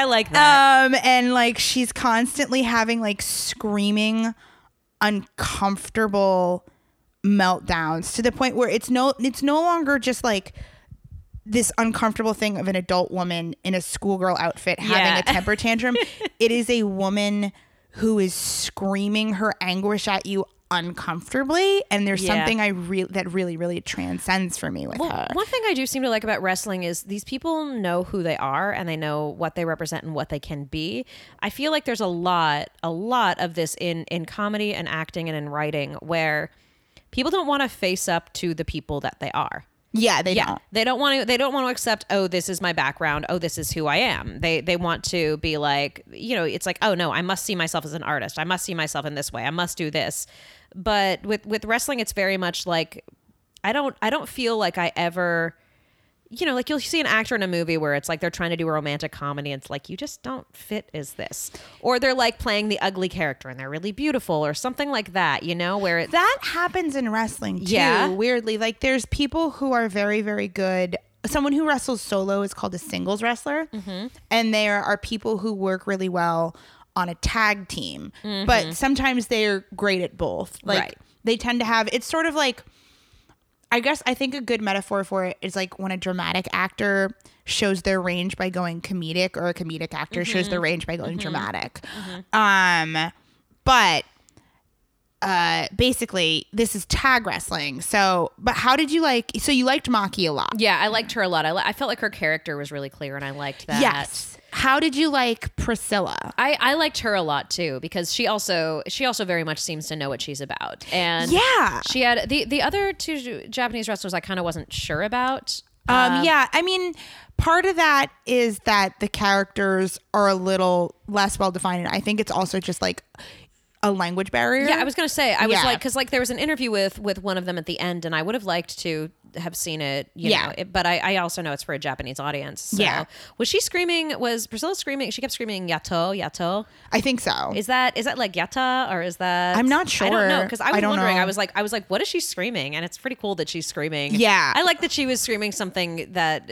A: I like that.
B: um and like she's constantly having like screaming uncomfortable meltdowns to the point where it's no it's no longer just like this uncomfortable thing of an adult woman in a schoolgirl outfit having
A: Yeah.
B: a temper tantrum it is a woman who is screaming her anguish at you uncomfortably and there's
A: Yeah.
B: something i really that really really transcends for me with her
A: One thing I do seem to like about wrestling is these people know who they are and they know what they represent and what they can be. I feel like there's a lot, a lot of this in in comedy and acting and in writing where people don't want to face up to the people that they are.
B: yeah they
A: Yeah,
B: don't
A: they don't want to. They don't want to accept. Oh, this is my background. Oh, this is who I am. They they want to be like you know. It's like oh no, I must see myself as an artist. I must see myself in this way. I must do this. But with with wrestling, it's very much like I don't I don't feel like I ever. You know, like you'll see an actor in a movie where it's like they're trying to do a romantic comedy and it's like you just don't fit as this. Or they're like playing the ugly character and they're really beautiful or something like that, you know, where it's
B: that happens in wrestling too
A: Yeah.
B: weirdly like there's people who are very very good someone who wrestles solo is called a singles wrestler
A: Mm-hmm.
B: and there are people who work really well on a tag team but sometimes they're great at both like
A: Mm-hmm. Right.
B: they tend to have it's sort of like I guess I think a good metaphor for it is like when a dramatic actor shows their range by going comedic, or a comedic actor shows
A: Mm-hmm.
B: their range by going dramatic. Um, but uh, basically, this is tag wrestling. So, but how did you like? So you liked Maki a lot.
A: Yeah, I liked her a lot. I, li- I felt like her character was really clear, and I liked that.
B: Yes. How did you like Priscilla?
A: I, I liked her a lot too because she also she also very much seems to know what she's about. And
B: Yeah.
A: she had the the other two J- Japanese wrestlers I kind of wasn't sure about.
B: Um, yeah, I mean, part of that is that the characters are a little less well defined. I think it's also just like a language barrier.
A: Yeah, I was gonna say I was
B: Yeah.
A: like because like there was an interview with with one of them at the end, and I would have liked to have seen it. You
B: Yeah.
A: know, it- but I, I also know it's for a Japanese audience. So.
B: Yeah.
A: was she screaming? Was Priscilla screaming? She kept screaming yato yato.
B: I think so.
A: Is that is that like yatta or is that
B: I'm not
A: I don't know
B: sure.
A: because I
B: I
A: was
B: don't
A: wondering.
B: know.
A: I was like I was like, what is she screaming? And it's pretty cool that she's screaming.
B: Yeah.
A: I like that she was screaming something that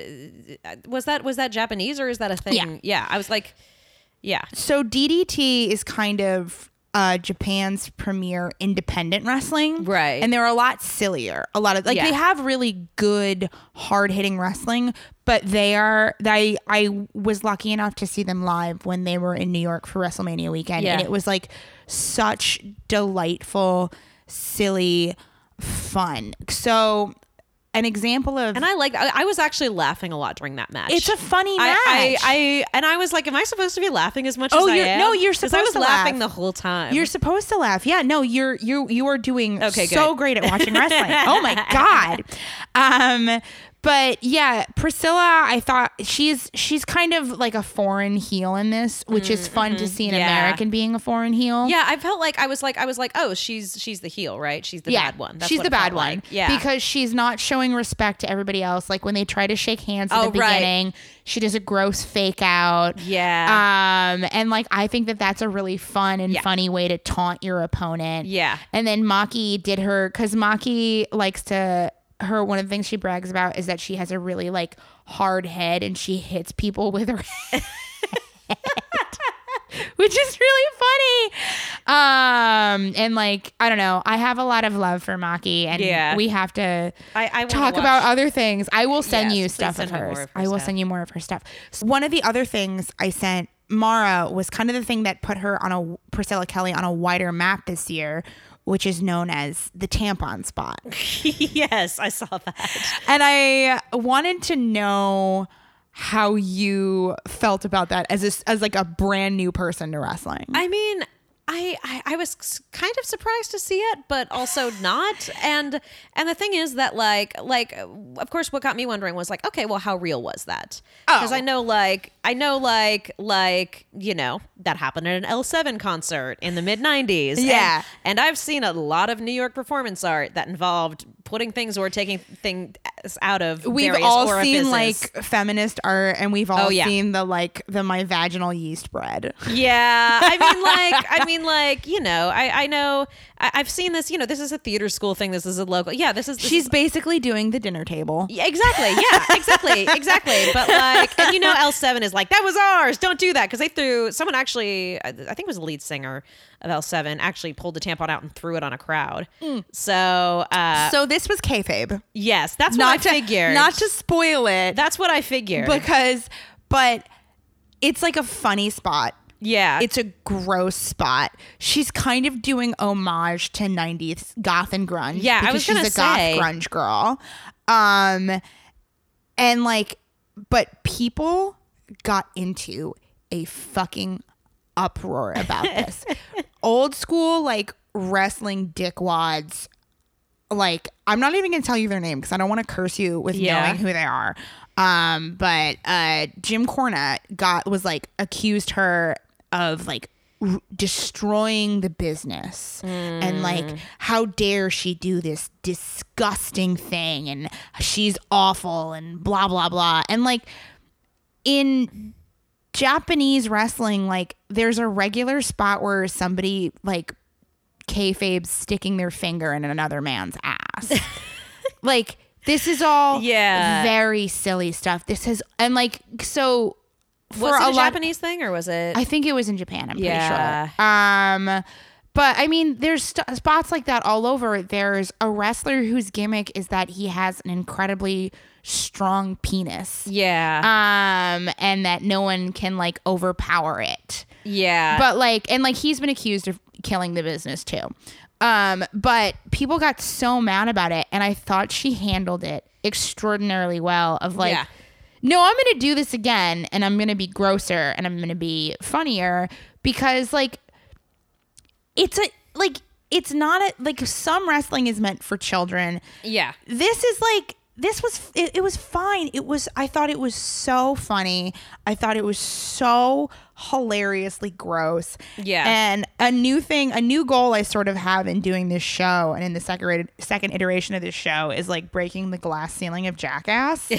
A: uh, was that was that Japanese or is that a thing?
B: Yeah.
A: I was like, yeah,
B: So DDT is kind of uh, Japan's premier independent wrestling,
A: Right.
B: And they're a lot sillier. A lot of like
A: Yeah.
B: they have really good hard hitting wrestling, but they are. They I was lucky enough to see them live when they were in New York for WrestleMania weekend, and
A: Yeah.
B: it was like such delightful, silly fun. So an example of
A: and I like. I, I was actually laughing a lot during that match.
B: it's a funny match.
A: I, I, I and I was like, am I supposed to be laughing as much
B: Oh,
A: as I
B: you're-
A: am?
B: no, you're
A: 'Cause I
B: supposed
A: was
B: to laugh.
A: laughing the whole time.
B: You're supposed to laugh. Yeah, no, you're you you are doing
A: Okay,
B: so
A: good.
B: great at watching wrestling. Oh my god. Um but yeah, Priscilla, I thought she's she's kind of like a foreign heel in this, which is fun to see an
A: Mm-hmm. Yeah.
B: American being a foreign heel.
A: yeah, I felt like I was like I was like, oh, she's she's the heel, right? She's the bad one. That's
B: she's
A: what
B: the
A: it felt
B: bad one.
A: like. Yeah,
B: because she's not showing respect to everybody else. Like when they try to shake hands at
A: Oh,
B: the
A: right.
B: beginning, she does a gross fake out.
A: yeah,
B: Um, and like I think that that's a really fun and
A: Yeah.
B: funny way to taunt your opponent.
A: Yeah.
B: And then Maki did her because Maki likes to her one of the things she brags about is that she has a really like hard head and she hits people with her head. which is really funny. Um, and like I don't know, I have a lot of love for Maki, and
A: Yeah.
B: we have to
A: I- I wanna
B: talk
A: watch-
B: about other things. I will send
A: Yes,
B: you
A: please
B: stuff
A: send
B: of
A: me more
B: hers.
A: of her
B: I will
A: stuff.
B: send you more of her stuff. So one of the other things I sent Mara was kind of the thing that put her on a Priscilla Kelly on a wider map this year. Which is known as the tampon spot.
A: yes, I saw that.
B: And I wanted to know how you felt about that as a, as like a brand new person to wrestling.
A: I mean, I, I I was s- kind of surprised to see it, but also not. And and the thing is that like like of course, what got me wondering was like, okay, well, how real was that? Because
B: Oh.
A: I know like I know like like you know that happened at an L seven concert in the mid nineties.
B: Yeah.
A: and, I've seen a lot of New York performance art that involved putting things or taking things out of
B: we've
A: various
B: all
A: orifices.
B: seen like feminist art and we've all
A: Oh, yeah.
B: seen the like the my vaginal yeast bread
A: Yeah, I mean, like, I mean, like, you know, I, I know, I, I've seen this. You know, this is a theater school thing. This is a local. Yeah, this is. This
B: she's
A: is-
B: basically doing the dinner table
A: Yeah, exactly. Yeah, exactly, exactly. But like, and you know, L seven is like that was ours. Don't do that because they threw someone actually. I I think it was the lead singer of L seven actually pulled the tampon out and threw it on a crowd.
B: Mm.
A: So uh,
B: so this was kayfabe
A: yes, that's
B: not
A: what I
B: to
A: figured.
B: not to spoil it
A: that's what I figured.
B: because but it's like a funny spot
A: yeah,
B: it's a gross spot. She's kind of doing homage to 90s goth and grunge.
A: Yeah, I
B: because
A: was gonna
B: she's a
A: say.
B: goth grunge girl. Um and like but people got into a fucking uproar about this. Old school like wrestling dickwads like I'm not even gonna tell you their name because I don't want to curse you with
A: Yeah.
B: knowing who they are. Um, but uh, Jim Cornette got was like accused her of like r- destroying the business and like how dare she do this disgusting thing and she's awful and blah blah blah and like in Japanese wrestling, like there's a regular spot where somebody like kayfabe's sticking their finger in another man's ass. like this is all
A: Yeah.
B: very silly stuff. This is and like so for
A: was it
B: a
A: a,
B: lot,
A: Japanese thing or was it?
B: I think it was in Japan. I'm
A: Yeah.
B: pretty sure. Um, but I mean, there's st- spots like that all over. There's a wrestler whose gimmick is that he has an incredibly strong penis
A: yeah,
B: um and that no one can like overpower it
A: yeah.
B: Uh, but like and like he's been accused of killing the business too um but people got so mad about it and i thought she handled it extraordinarily well of like
A: Yeah.
B: no i'm gonna do this again and i'm gonna be grosser and i'm gonna be funnier because like it's a like it's not a like some wrestling is meant for children
A: yeah.
B: this is like this was it, it was fine it was i thought it was so funny i thought it was so hilariously gross
A: Yeah.
B: and a new thing a new goal i sort of have in doing this show and in the second second iteration of this show is like breaking the glass ceiling of jackass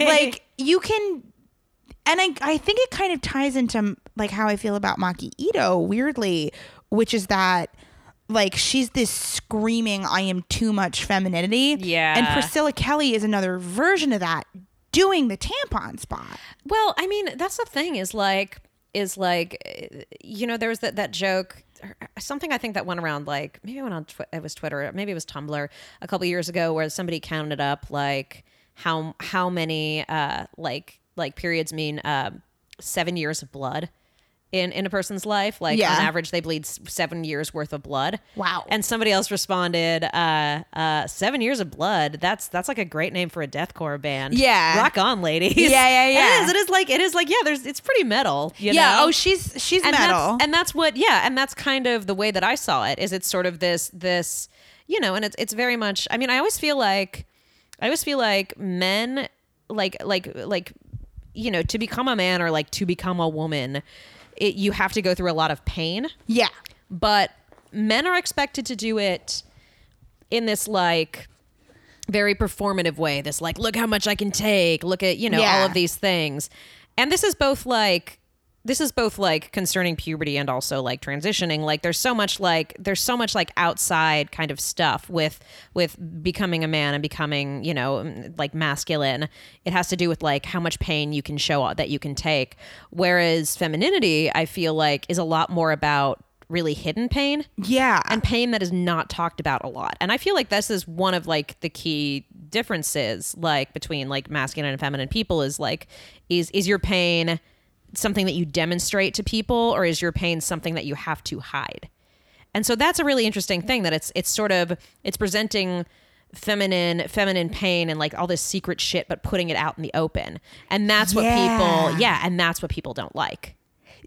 B: like you can and I, I think it kind of ties into like how I feel about Maki Ito weirdly, which is that like she's this screaming I am too much femininity.
A: Yeah.
B: And Priscilla Kelly is another version of that doing the tampon spot.
A: Well, I mean, that's the thing is like is like uh, you know there was that that joke or something I think that went around like maybe it went on tw- it was Twitter, maybe it was Tumblr a couple years ago where somebody counted up like how how many uh like like periods mean um 7 years of blood. In, in a person's life, like
B: Yeah.
A: on average, they bleed s- seven years worth of blood.
B: Wow.
A: And somebody else responded, uh, uh, seven years of blood. That's that's like a great name for a deathcore band.
B: Yeah.
A: rock on, ladies.
B: Yeah, yeah, yeah.
A: It is. It is like it is like yeah. There's it's pretty metal. You Know?
B: Oh, she's she's
A: and
B: metal.
A: That's, and that's what yeah. And that's kind of the way that I saw it. Is it's sort of this this you know, and it's it's very much. I mean, I always feel like I always feel like men like like like you know to become a man or like to become a woman, it, you have to go through a lot of pain
B: yeah.
A: but men are expected to do it in this like very performative way this like look how much i can take look at you know
B: Yeah.
A: all of these things and this is both like this is both like concerning puberty and also like transitioning like there's so much like there's so much like outside kind of stuff with with becoming a man and becoming you know like masculine it has to do with like how much pain you can show uh, that you can take whereas femininity i feel like is a lot more about really hidden pain
B: Yeah.
A: and pain that is not talked about a lot. And I feel like this is one of like the key differences like between like masculine and feminine people is like is is your pain something that you demonstrate to people or is your pain something that you have to hide? And so that's a really interesting thing that it's it's sort of it's presenting feminine feminine pain and like all this secret shit but putting it out in the open. And that's what
B: Yeah.
A: people yeah, and that's what people don't like.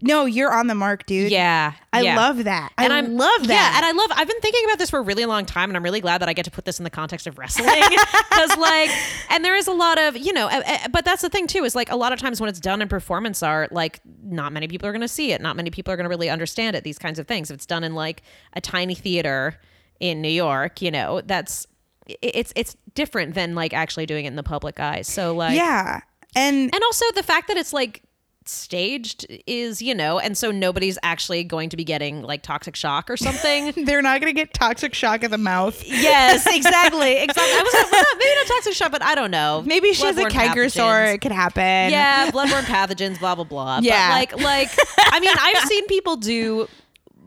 B: no, you're on the mark, dude.
A: Yeah.
B: I
A: yeah
B: love that. I love
A: yeah, and
B: that.
A: I love. I've been thinking about this for a really long time, and I'm really glad that I get to put this in the context of wrestling because, like, and there is a lot of you know, uh, uh, but that's the thing too is like a lot of times when it's done in performance art, like not many people are going to see it, not many people are going to really understand it. These kinds of things, if it's done in like a tiny theater in New York, you know, that's i- it's it's different than like actually doing it in the public eye. So like,
B: yeah. And
A: and also the fact that it's like staged is, you know, and so nobody's actually going to be getting like toxic shock or something.
B: they're not going to get toxic shock in the mouth.
A: yes, exactly. Exactly. I was not, was not- maybe not toxic shock, but I don't know.
B: Maybe she has a
A: Bloodborne
B: Kiger sore.
A: pathogens.
B: It could happen.
A: Yeah, bloodborne pathogens, blah blah blah.
B: Yeah.
A: But like like I mean, I've seen people do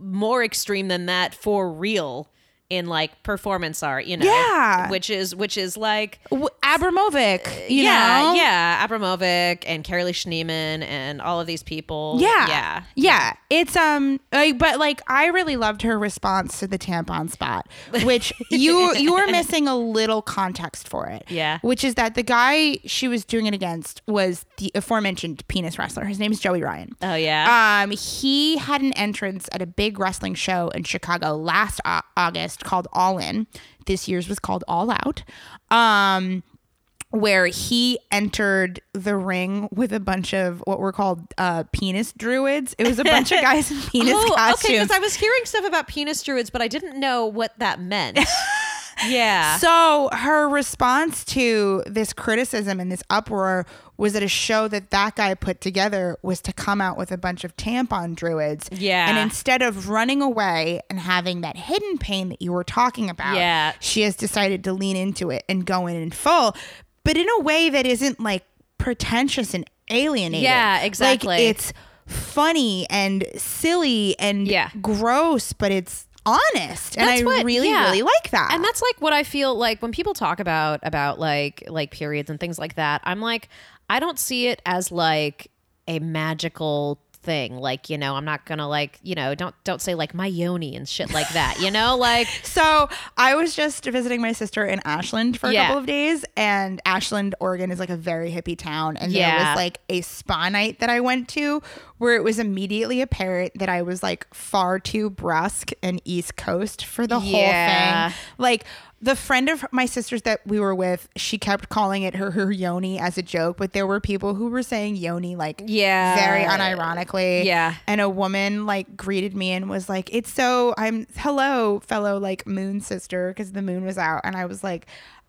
A: more extreme than that for real in like performance art, you know.
B: Yeah.
A: Which is which is like
B: W- Abramovic, you
A: Uh, yeah,
B: know?
A: yeah, Abramovic and Carolee Schneeman and all of these people.
B: Yeah.
A: yeah,
B: Yeah. It's um like but like I really loved her response to the tampon spot, which you you were missing a little context for it.
A: Yeah.
B: Which is that the guy she was doing it against was the aforementioned penis wrestler. His name is Joey Ryan.
A: Oh yeah.
B: Um, he had an entrance at a big wrestling show in Chicago last Au- August called All In. This year's was called All Out. Um, where he entered the ring with a bunch of what were called uh, penis druids. It was a bunch of guys in penis
A: oh, okay.
B: costumes.
A: Because I was hearing stuff about penis druids, but I didn't know what that meant. yeah.
B: So her response to this criticism and this uproar was that a show that that guy put together was to come out with a bunch of tampon druids.
A: Yeah.
B: And instead of running away and having that hidden pain that you were talking about,
A: Yeah.
B: she has decided to lean into it and go in in full, but in a way that isn't like pretentious and alienating.
A: Yeah,
B: Like,
A: exactly.
B: it's funny and silly and
A: Yeah.
B: gross, but it's honest. And
A: That's
B: I
A: what-
B: really,
A: yeah.
B: really like that.
A: and that's like what I feel like when people talk about about like like periods and things like that. I'm like, I don't see it as like a magical thing. Like you know, I'm not gonna like you know, don't don't say like my yoni and shit like that. You know, like
B: So I was just visiting my sister in Ashland for a
A: Yeah.
B: couple of days, and Ashland, Oregon, is like a very hippie town. And there
A: Yeah.
B: was like a spa night that I went to, where it was immediately apparent that I was like far too brusque and East Coast for
A: Yeah.
B: the whole thing. Like the friend of my sister's that we were with, she kept calling it her her yoni as a joke, but there were people who were saying yoni like
A: Yeah.
B: very unironically.
A: Uh, Yeah.
B: And a woman like greeted me and was like, "It's so I'm hello fellow like moon sister because the moon was out." And I was like,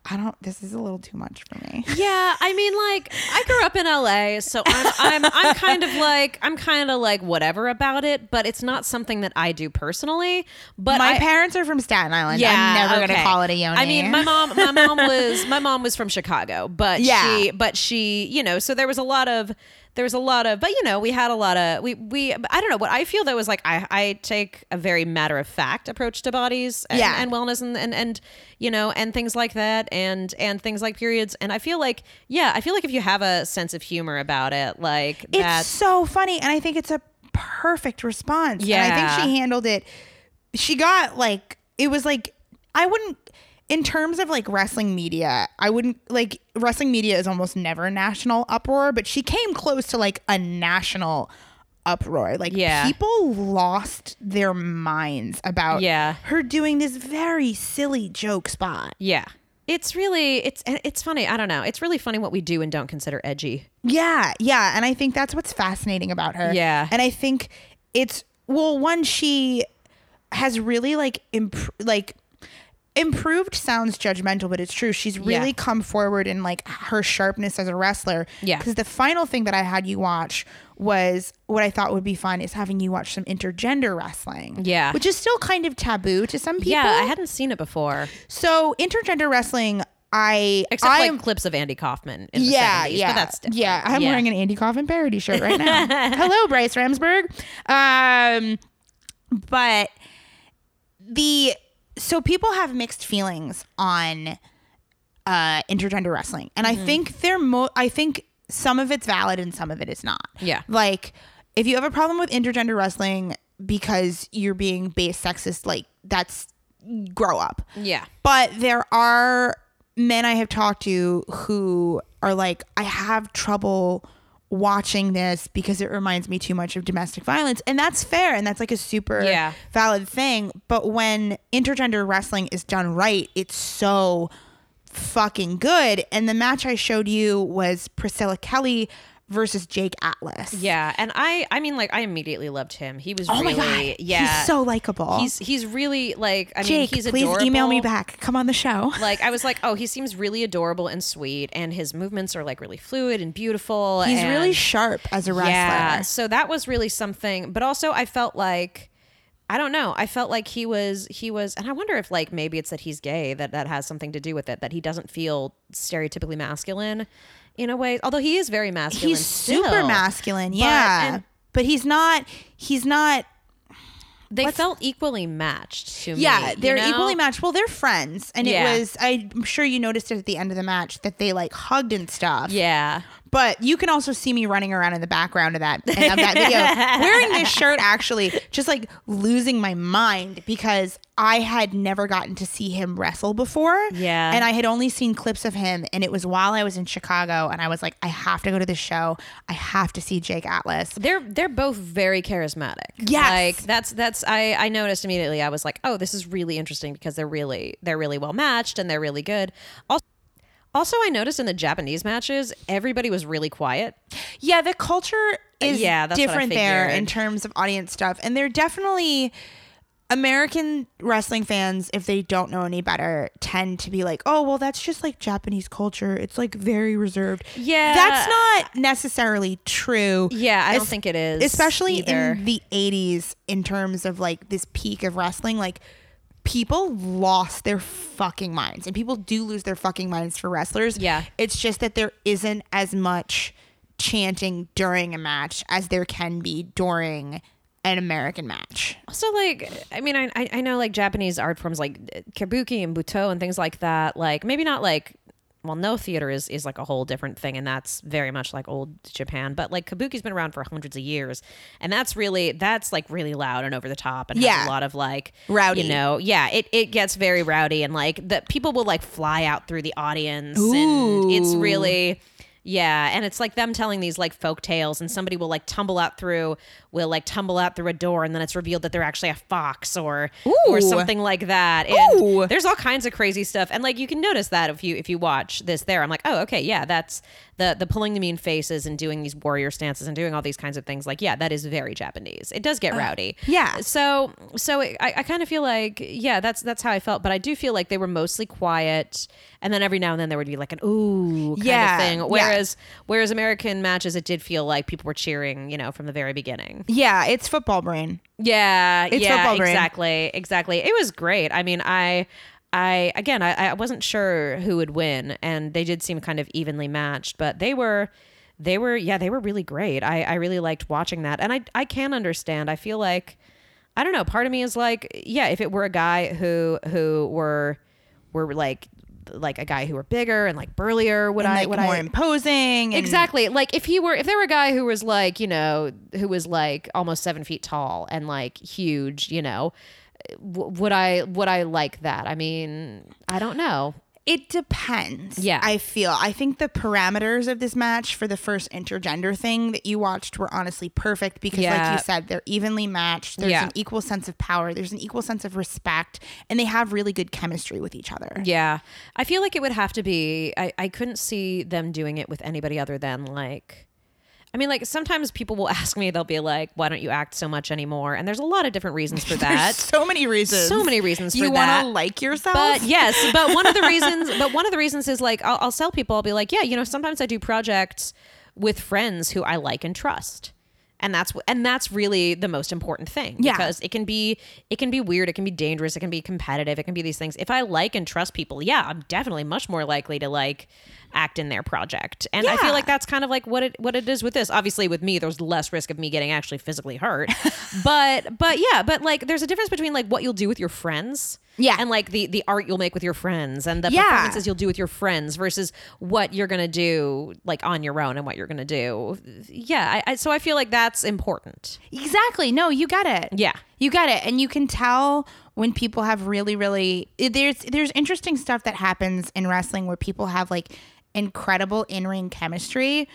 B: "I don't. This is a little too much for me."
A: Yeah, I mean, like I grew up in LA, so I'm I'm, I'm kind of like I'm kind of like whatever about it, but it's not something that I do personally. But
B: my
A: I,
B: parents are from Staten Island. I'm
A: yeah,
B: never
A: okay.
B: gonna call it a yoni.
A: I mean, my mom, my mom was my mom was from Chicago, but
B: Yeah.
A: she, but she, you know, so there was a lot of there was a lot of, but you know, we had a lot of we we I don't know what I feel though is like I I take a very matter of fact approach to bodies and,
B: Yeah.
A: and wellness and, and and you know and things like that and and things like periods and I feel like yeah I feel like if you have a sense of humor about it like
B: it's
A: that's
B: so funny, and I think it's a perfect response. and I
A: Yeah.
B: think she handled it. She got like it was like I wouldn't. In terms of like wrestling media, I wouldn't like wrestling media is almost never national uproar, but she came close to like a national uproar. Like
A: Yeah.
B: people lost their minds about
A: Yeah.
B: her doing this very silly joke spot.
A: yeah it's really it's it's funny I don't know it's really funny what we do and don't consider edgy
B: Yeah, yeah, and I think that's what's fascinating about her.
A: Yeah.
B: and I think it's well, one she has really like imp- like improved sounds judgmental, but it's true. She's really
A: Yeah.
B: come forward in like her sharpness as a wrestler.
A: Yeah.
B: Because the final thing that I had you watch was what I thought would be fun is having you watch some intergender wrestling.
A: Yeah.
B: Which is still kind of taboo to some people.
A: Yeah, I hadn't seen it before,
B: so intergender wrestling, I
A: except
B: I'm,
A: like clips of Andy Kaufman. In
B: yeah,
A: the 70s,
B: yeah,
A: But that's different.
B: yeah. I'm
A: Yeah.
B: wearing an Andy Kaufman parody shirt right now. Hello, Bryce Ramsberg. Um, but the so people have mixed feelings on uh intergender wrestling, and
A: Mm-hmm.
B: I think they're mo. I think some of it's valid and some of it is not.
A: Yeah.
B: like if you have a problem with intergender wrestling because you're being base sexist, like that's grow up.
A: yeah,
B: But there are men I have talked to who are like, I have trouble watching this because it reminds me too much of domestic violence. And that's fair. And that's like a super
A: Yeah.
B: valid thing. But when intergender wrestling is done right, it's so fucking good. And the match I showed you was Priscilla Kelly versus Jake Atlas.
A: yeah. And I, I mean, like, I immediately loved him. He was
B: Oh
A: really,
B: my God.
A: yeah.
B: He's so likable.
A: he's he's really like. I
B: Jake,
A: mean, he's
B: please
A: adorable.
B: email me back. Come on the show.
A: Like I was like, oh, he seems really adorable and sweet, and his movements are like really fluid and beautiful.
B: He's really
A: and-
B: sharp as a wrestler.
A: Yeah. So that was really something. But also I felt like I don't know. I felt like he was he was and I wonder if like maybe it's that he's gay that that has something to do with it that he doesn't feel stereotypically masculine in a way. Although he is very masculine.
B: he's super
A: still.
B: masculine yeah but,
A: and-
B: he's not he's not
A: They felt equally matched to me.
B: yeah
A: you
B: they're
A: know?
B: equally matched well they're friends and
A: Yeah.
B: it was i'm sure you noticed it at the end of the match that they like hugged and stuff
A: Yeah.
B: but you can also see me running around in the background of that and of that video wearing this shirt actually just like losing my mind because i had never gotten to see him wrestle before
A: Yeah.
B: and i had only seen clips of him and it was while i was in chicago and i was like i have to go to this show i have to see jake atlas
A: They're they're both very charismatic.
B: Yes.
A: Like that's that's I I noticed immediately. I was like, "Oh, this is really interesting because they're really they're really well matched and they're really good." Also also I noticed in the Japanese matches, everybody was really quiet.
B: Yeah, the culture is
A: Uh, Yeah, that's what I
B: different there
A: figured.
B: in terms of audience stuff. And they're definitely American wrestling fans, if they don't know any better, tend to be like, oh, well, that's just like Japanese culture. It's like very reserved.
A: Yeah.
B: That's not necessarily true.
A: Yeah, I don't
B: Es-
A: think it is.
B: Especially
A: either.
B: in the 80s, in terms of like this peak of wrestling, like people lost their fucking minds. And people do lose their fucking minds for wrestlers.
A: Yeah.
B: It's just that there isn't as much chanting during a match as there can be during an American match.
A: also like I mean I I I know like Japanese art forms like kabuki and buto and things like that. Like maybe not like well no theater is is like a whole different thing and that's very much like old Japan, but like kabuki's been around for hundreds of years and that's really that's like really loud and over the top and has
B: Yeah.
A: a lot of like
B: Rowdy.
A: You know, yeah, it it gets very rowdy and like the people will like fly out through the audience and it's really
B: Ooh.
A: really- yeah and it's like them telling these like folk tales and somebody will like tumble out through will like tumble out through a door and then it's revealed that they're actually a fox or or
B: Ooh.
A: something like that and
B: Ooh.
A: there's all kinds of crazy stuff and like you can notice that if you if you watch this there i'm like oh okay yeah that's the the pulling the mean faces and doing these warrior stances and doing all these kinds of things like yeah that is very japanese it does get rowdy
B: Uh, yeah.
A: so so it, I, I kind of feel like yeah that's that's how I felt, but I do feel like they were mostly quiet, and then every now and then there would be like an ooh kind
B: Yeah,
A: of thing.
B: yeah.
A: Whereas whereas American matches, it did feel like people were cheering, you know, from the very beginning.
B: Yeah, it's football brain.
A: Yeah,
B: It's
A: yeah,
B: football brain.
A: exactly, exactly. It was great. I mean, I. I again, I, I wasn't sure who would win, and they did seem kind of evenly matched, but they were, they were, yeah, they were really great. I, I really liked watching that, and I, I can understand. I feel like, I don't know. Part of me is like, yeah, if it were a guy who, who were, were like, like a guy who were bigger and like burlier, would
B: And
A: I,
B: like
A: would
B: more
A: I,
B: imposing. and-
A: Exactly. Like if he were, if there were a guy who was like, you know, who was like almost seven feet tall and like huge, you know, w- would I would I like that? I mean, I don't know.
B: It depends.
A: Yeah.
B: I feel. I think the parameters of this match for the first intergender thing that you watched were honestly perfect because,
A: Yeah.
B: like you said, they're evenly matched. There's
A: Yeah.
B: an equal sense of power, there's an equal sense of respect, and they have really good chemistry with each other.
A: Yeah, I feel like it would have to be. I I couldn't see them doing it with anybody other than like. I mean, like sometimes people will ask me, they'll be like, "Why don't you act so much anymore?" And there's a lot of different reasons for
B: There's
A: that.
B: so many reasons.
A: So many reasons
B: you
A: for
B: wanna
A: that.
B: like yourself.
A: But yes, but one of the reasons, but one of the reasons is like I'll, I'll sell people. I'll be like, yeah, you know, sometimes I do projects with friends who I like and trust, and that's wh- and that's really the most important thing.
B: Yeah.
A: because it can be it can be weird, it can be dangerous, it can be competitive, it can be these things. If I like and trust people, yeah, I'm definitely much more likely to like act in their project. And I
B: Yeah.
A: feel like that's kind of like what it what it is with this. Obviously, with me, there's less risk of me getting actually physically hurt. but but yeah, but like there's a difference between like what you'll do with your friends.
B: Yeah.
A: And like the the art you'll make with your friends and the
B: Yeah.
A: performances you'll do with your friends versus what you're gonna do like on your own and what you're gonna do. Yeah. I, I so I feel like that's important.
B: Exactly. No, you got it.
A: Yeah.
B: You got it. And you can tell when people have really really eh, there's there's interesting stuff that happens in wrestling where people have like incredible in-ring chemistry,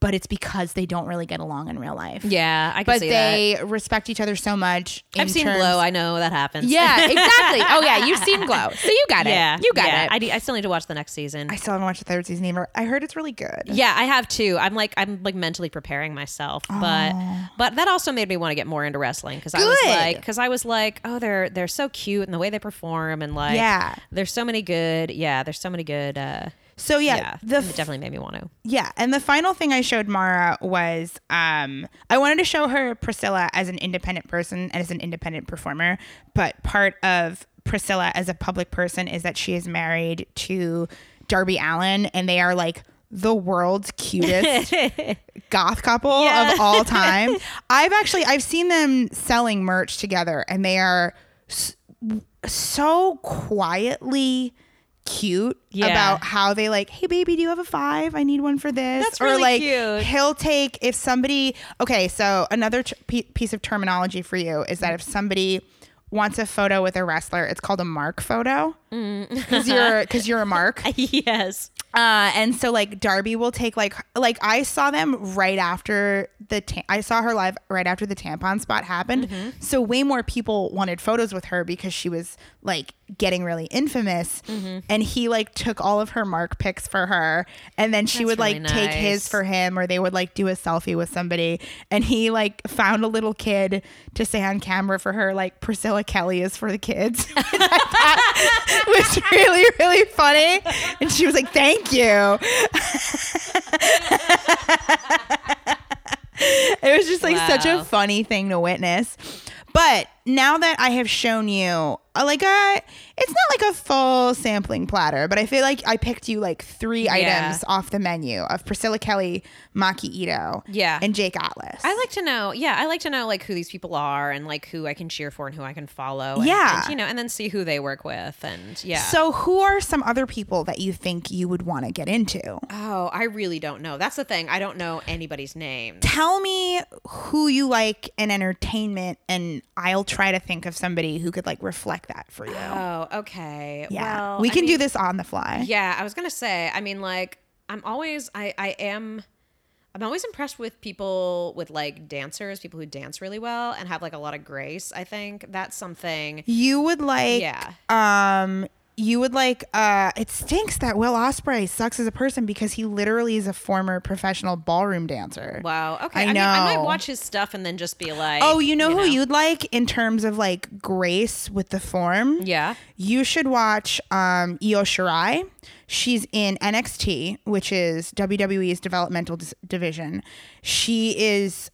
B: but it's because they don't really get along in real life.
A: Yeah. I can
B: But
A: see
B: they respect each other so much.
A: that.
B: in
A: I've seen
B: terms-
A: Glow. I know that happens.
B: Yeah, exactly. Oh yeah, you've seen Glow. So you got
A: yeah.
B: it. You got
A: yeah.
B: it.
A: I, de- I still need to watch the next season.
B: I still haven't watched the third season either. I heard it's really good.
A: yeah, I have too. I'm like I'm like mentally preparing myself, but but that also made me want to get more into wrestling because I was
B: Good.
A: like because I was like oh they're they're so cute and the way they perform and like
B: Yeah.
A: there's so many good yeah there's so many good uh,
B: So yeah,
A: yeah,
B: the
A: it definitely made me want to.
B: Yeah, and the final thing I showed Mara was um, I wanted to show her Priscilla as an independent person and as an independent performer, but part of Priscilla as a public person is that she is married to Darby Allen, and they are like the world's cutest goth couple of all time. I've actually I've seen them selling merch together, and they are s- so quietly cute
A: Yeah.
B: about how they like, hey baby, do you have a five? I need one for this.
A: That's
B: or
A: really
B: like
A: cute.
B: he'll take if somebody. Okay, so another t- p- piece of terminology for you is that if somebody wants a photo with a wrestler, it's called a mark photo
A: Mm.
B: because you're because you're a mark.
A: yes.
B: Uh, and so like Darby will take like like I saw them right after the ta- I saw her live right after the tampon spot happened.
A: Mm-hmm.
B: So way more people wanted photos with her because she was like getting really infamous.
A: Mm-hmm.
B: And he like took all of her mark pics for her, and then she
A: That's
B: would like
A: really
B: take his
A: nice.
B: for him, or they would like do a selfie with somebody. And he like found a little kid to say on camera for her like Priscilla Kelly is for the kids. It was really, really funny. And she was like, thank you. it was just like such a
A: Wow.
B: funny thing to witness. But now that I have shown you, uh, like a, it's not like a full sampling platter, but I feel like I picked you like three items off the menu of Priscilla Kelly, Maki Ito,
A: Yeah.
B: and Jake Atlas.
A: I like to know, yeah, I like to know like who these people are and like who I can cheer for and who I can follow. And,
B: Yeah.
A: and, you know, and then see who they work with and yeah.
B: So, who are some other people that you think you would want to get into?
A: oh, I really don't know. That's the thing. I don't know anybody's name.
B: tell me who you like in entertainment and I'll try to think of somebody who could like reflect that for you.
A: Oh, okay.
B: yeah.
A: Well,
B: we
A: I
B: can do
A: mean-
B: this on the fly.
A: Yeah, I was gonna say. I mean, like, I'm always, I, I am, I'm always impressed with people with like dancers, people who dance really well and have like a lot of grace. I think that's something.
B: You would like
A: Yeah.
B: um you would like uh it stinks that Will Osprey sucks as a person because he literally is a former professional ballroom dancer.
A: Wow. Okay.
B: I
A: I, mean, I
B: know.
A: might watch his stuff and then just be like,
B: Oh, you know who you'd like in terms of like grace with the form?
A: Yeah.
B: You should watch um, Io Shirai. She's in NXT, which is WWE's developmental dis- division. She is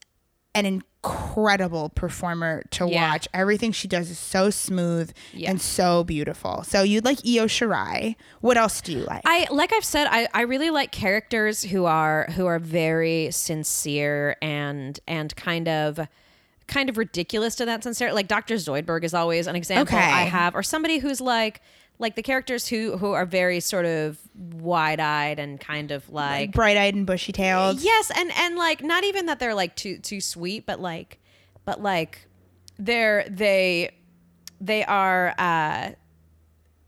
B: an incredible performer to
A: Yeah.
B: watch. Everything she does is so smooth
A: Yeah.
B: and so beautiful. So you'd like Io Shirai. What else do you like?
A: I like I've said I, I really like characters who are who are very sincere and and kind of kind of ridiculous to that sincerity. Like Dr. Zoidberg is always an example
B: Okay.
A: I have or somebody who's like like the characters who who are very sort of wide-eyed and kind of like
B: Bright-eyed and bushy-tailed.
A: Yes, and and like not even that they're like too too sweet, but like but like they're they they are uh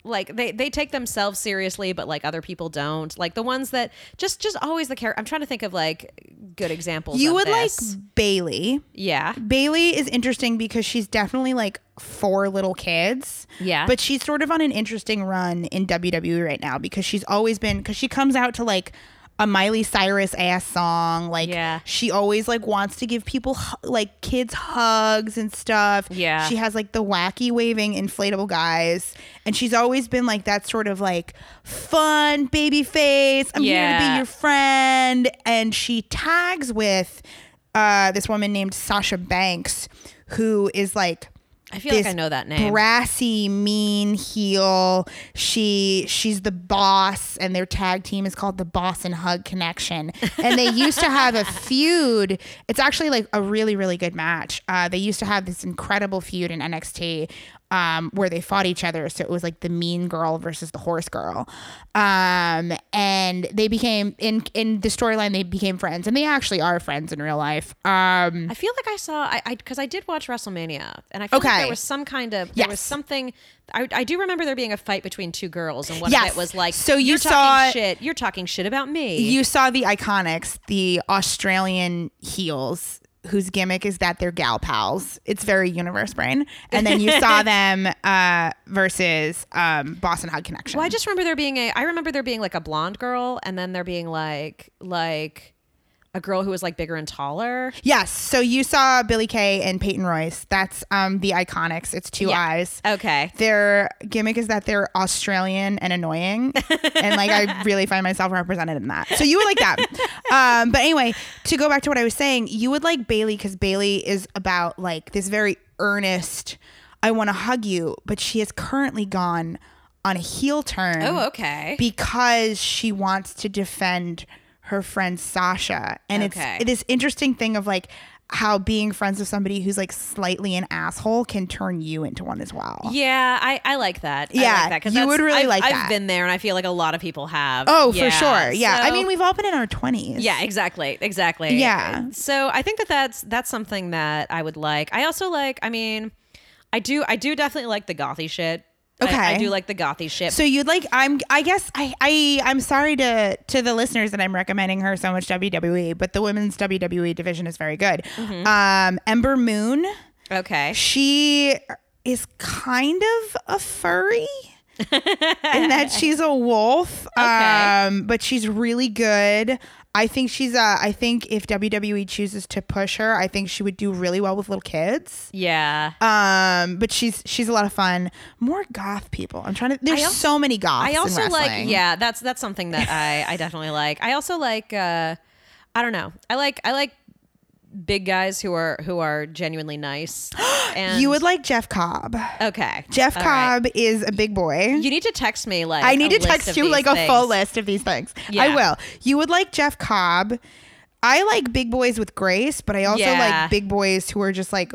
A: like they they take themselves seriously but like other people don't like the ones that just just always the character i'm trying to think of like good examples
B: You
A: of
B: would
A: this.
B: like Bailey.
A: yeah
B: Bailey is interesting because she's definitely like four little kids.
A: Yeah.
B: But E she's sort of on an interesting run in WWE right now because she's always been because she comes out to like a Miley Cyrus ass song. Like
A: Yeah.
B: she always like wants to give people hu- like kids hugs and stuff.
A: Yeah.
B: She has like the wacky waving inflatable guys and she's always been like that sort of like fun baby face. I'm here to
A: Yeah.
B: be your friend and she tags with uh this woman named Sasha Banks who is like
A: I feel like I know that name.
B: Brassy, mean heel. She she's the boss, and their tag team is called the Boss and Hug Connection. And they used to have a feud. It's actually like a really really good match. Uh, they used to have this incredible feud in NXT. Um, where they fought each other, so it was like the mean girl versus the horse girl, um, and they became in in the storyline they became friends, and they actually are friends in real life. Um,
A: I feel like I saw I because I, did watch WrestleMania and I feel like
B: Okay.
A: there was some kind of there was
B: Yes.
A: something I, I do remember there being a fight between two girls and one
B: Yes.
A: of it was like
B: So you
A: are
B: saw-
A: talking shit you're talking shit about me
B: You saw the Iconics, the Australian heels, whose gimmick is that they're gal pals. It's very universe brain. And then you saw them uh, versus um, Boston Hug Connection.
A: Well, I just remember there being a. I remember there being like a blonde girl, and then there being like like a girl who was like bigger and taller.
B: Yes. So you saw Billy Kay and Peyton Royce. That's um, the Iconics. It's two
A: Yeah.
B: eyes.
A: Okay.
B: Their gimmick is that they're Australian and annoying. and like I really find myself represented in that. So you would like that. um, but anyway, to go back to what I was saying, you would like Bailey because Bailey is about like this very earnest, I want to hug you, but she has currently gone on a heel turn
A: Oh, okay.
B: because she wants to defend her friend Sasha. And
A: Okay.
B: it's this interesting thing of like how being friends with somebody who's like slightly an asshole can turn you into one as well.
A: yeah, I, I like that. I
B: Yeah,
A: like that 'cause
B: you
A: that's-
B: would really
A: I've-
B: like
A: I've
B: that.
A: been there, and I feel like a lot of people have.
B: Oh, for sure. Yeah. I
A: so-
B: mean, we've all been in our 20s.
A: Yeah, exactly, exactly.
B: Yeah.
A: So I think that that's that's something that I would like. I also like. I mean, I do. I do definitely like the gothy shit. I- I,
B: Okay.
A: do like the gothy shit.
B: So you'd like I'm I guess I I I'm sorry to to the listeners that I'm recommending her so much WWE, but the women's WWE division is very good.
A: Mm-hmm.
B: Um Ember Moon,
A: okay.
B: she is kind of a furry in that she's a wolf um but she's really good i think she's uh i think if wwe chooses to push her i think she would do really well with little kids
A: Yeah.
B: um but she's she's a lot of fun more goth people i'm trying to there's
A: I al-
B: so many goths
A: I also
B: in
A: like
B: wrestling.
A: yeah, that's that's something that I I definitely like. I also like uh I don't know. I like I like big guys who are who are genuinely nice. And
B: you would like jeff cobb
A: Okay.
B: jeff
A: All right.
B: cobb is a big boy
A: You need to text me like
B: I need
A: a
B: to
A: list
B: text
A: of
B: you
A: these
B: like a full
A: things.
B: list of these things. I
A: Yeah.
B: will. You would like Jeff Cobb. I like big boys with grace, but I also
A: Yeah.
B: like big boys who are just like,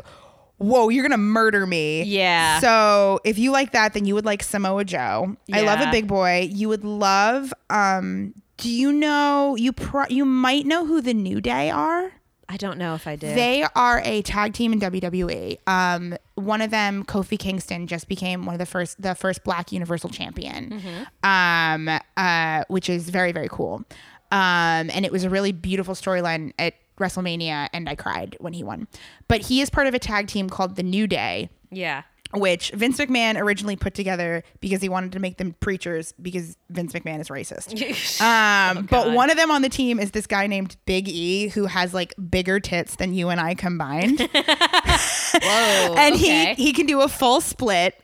B: whoa, you're going to murder me.
A: Yeah.
B: So if you like that, then you would like Samoa Joe. I love a
A: Yeah.
B: big boy. You would love, um, do you know, you, pro- you might know who the New Day are?
A: I don't know if I do.
B: They are a tag team in WWE. Um, one of them, Kofi Kingston, just became one of the first the first Black Universal Champion, um, uh, which is very very cool. Um, and it was a really beautiful storyline at WrestleMania, and I cried when he won. But he is part of a tag team called the New Day,
A: yeah.
B: which Vince McMahon originally put together because he wanted to make them preachers because Vince McMahon is racist. Um, but one of them on the team is this guy named Big E who has like bigger tits than you and I combined,
A: Whoa.
B: and
A: okay. Oh
B: he he can do a full split.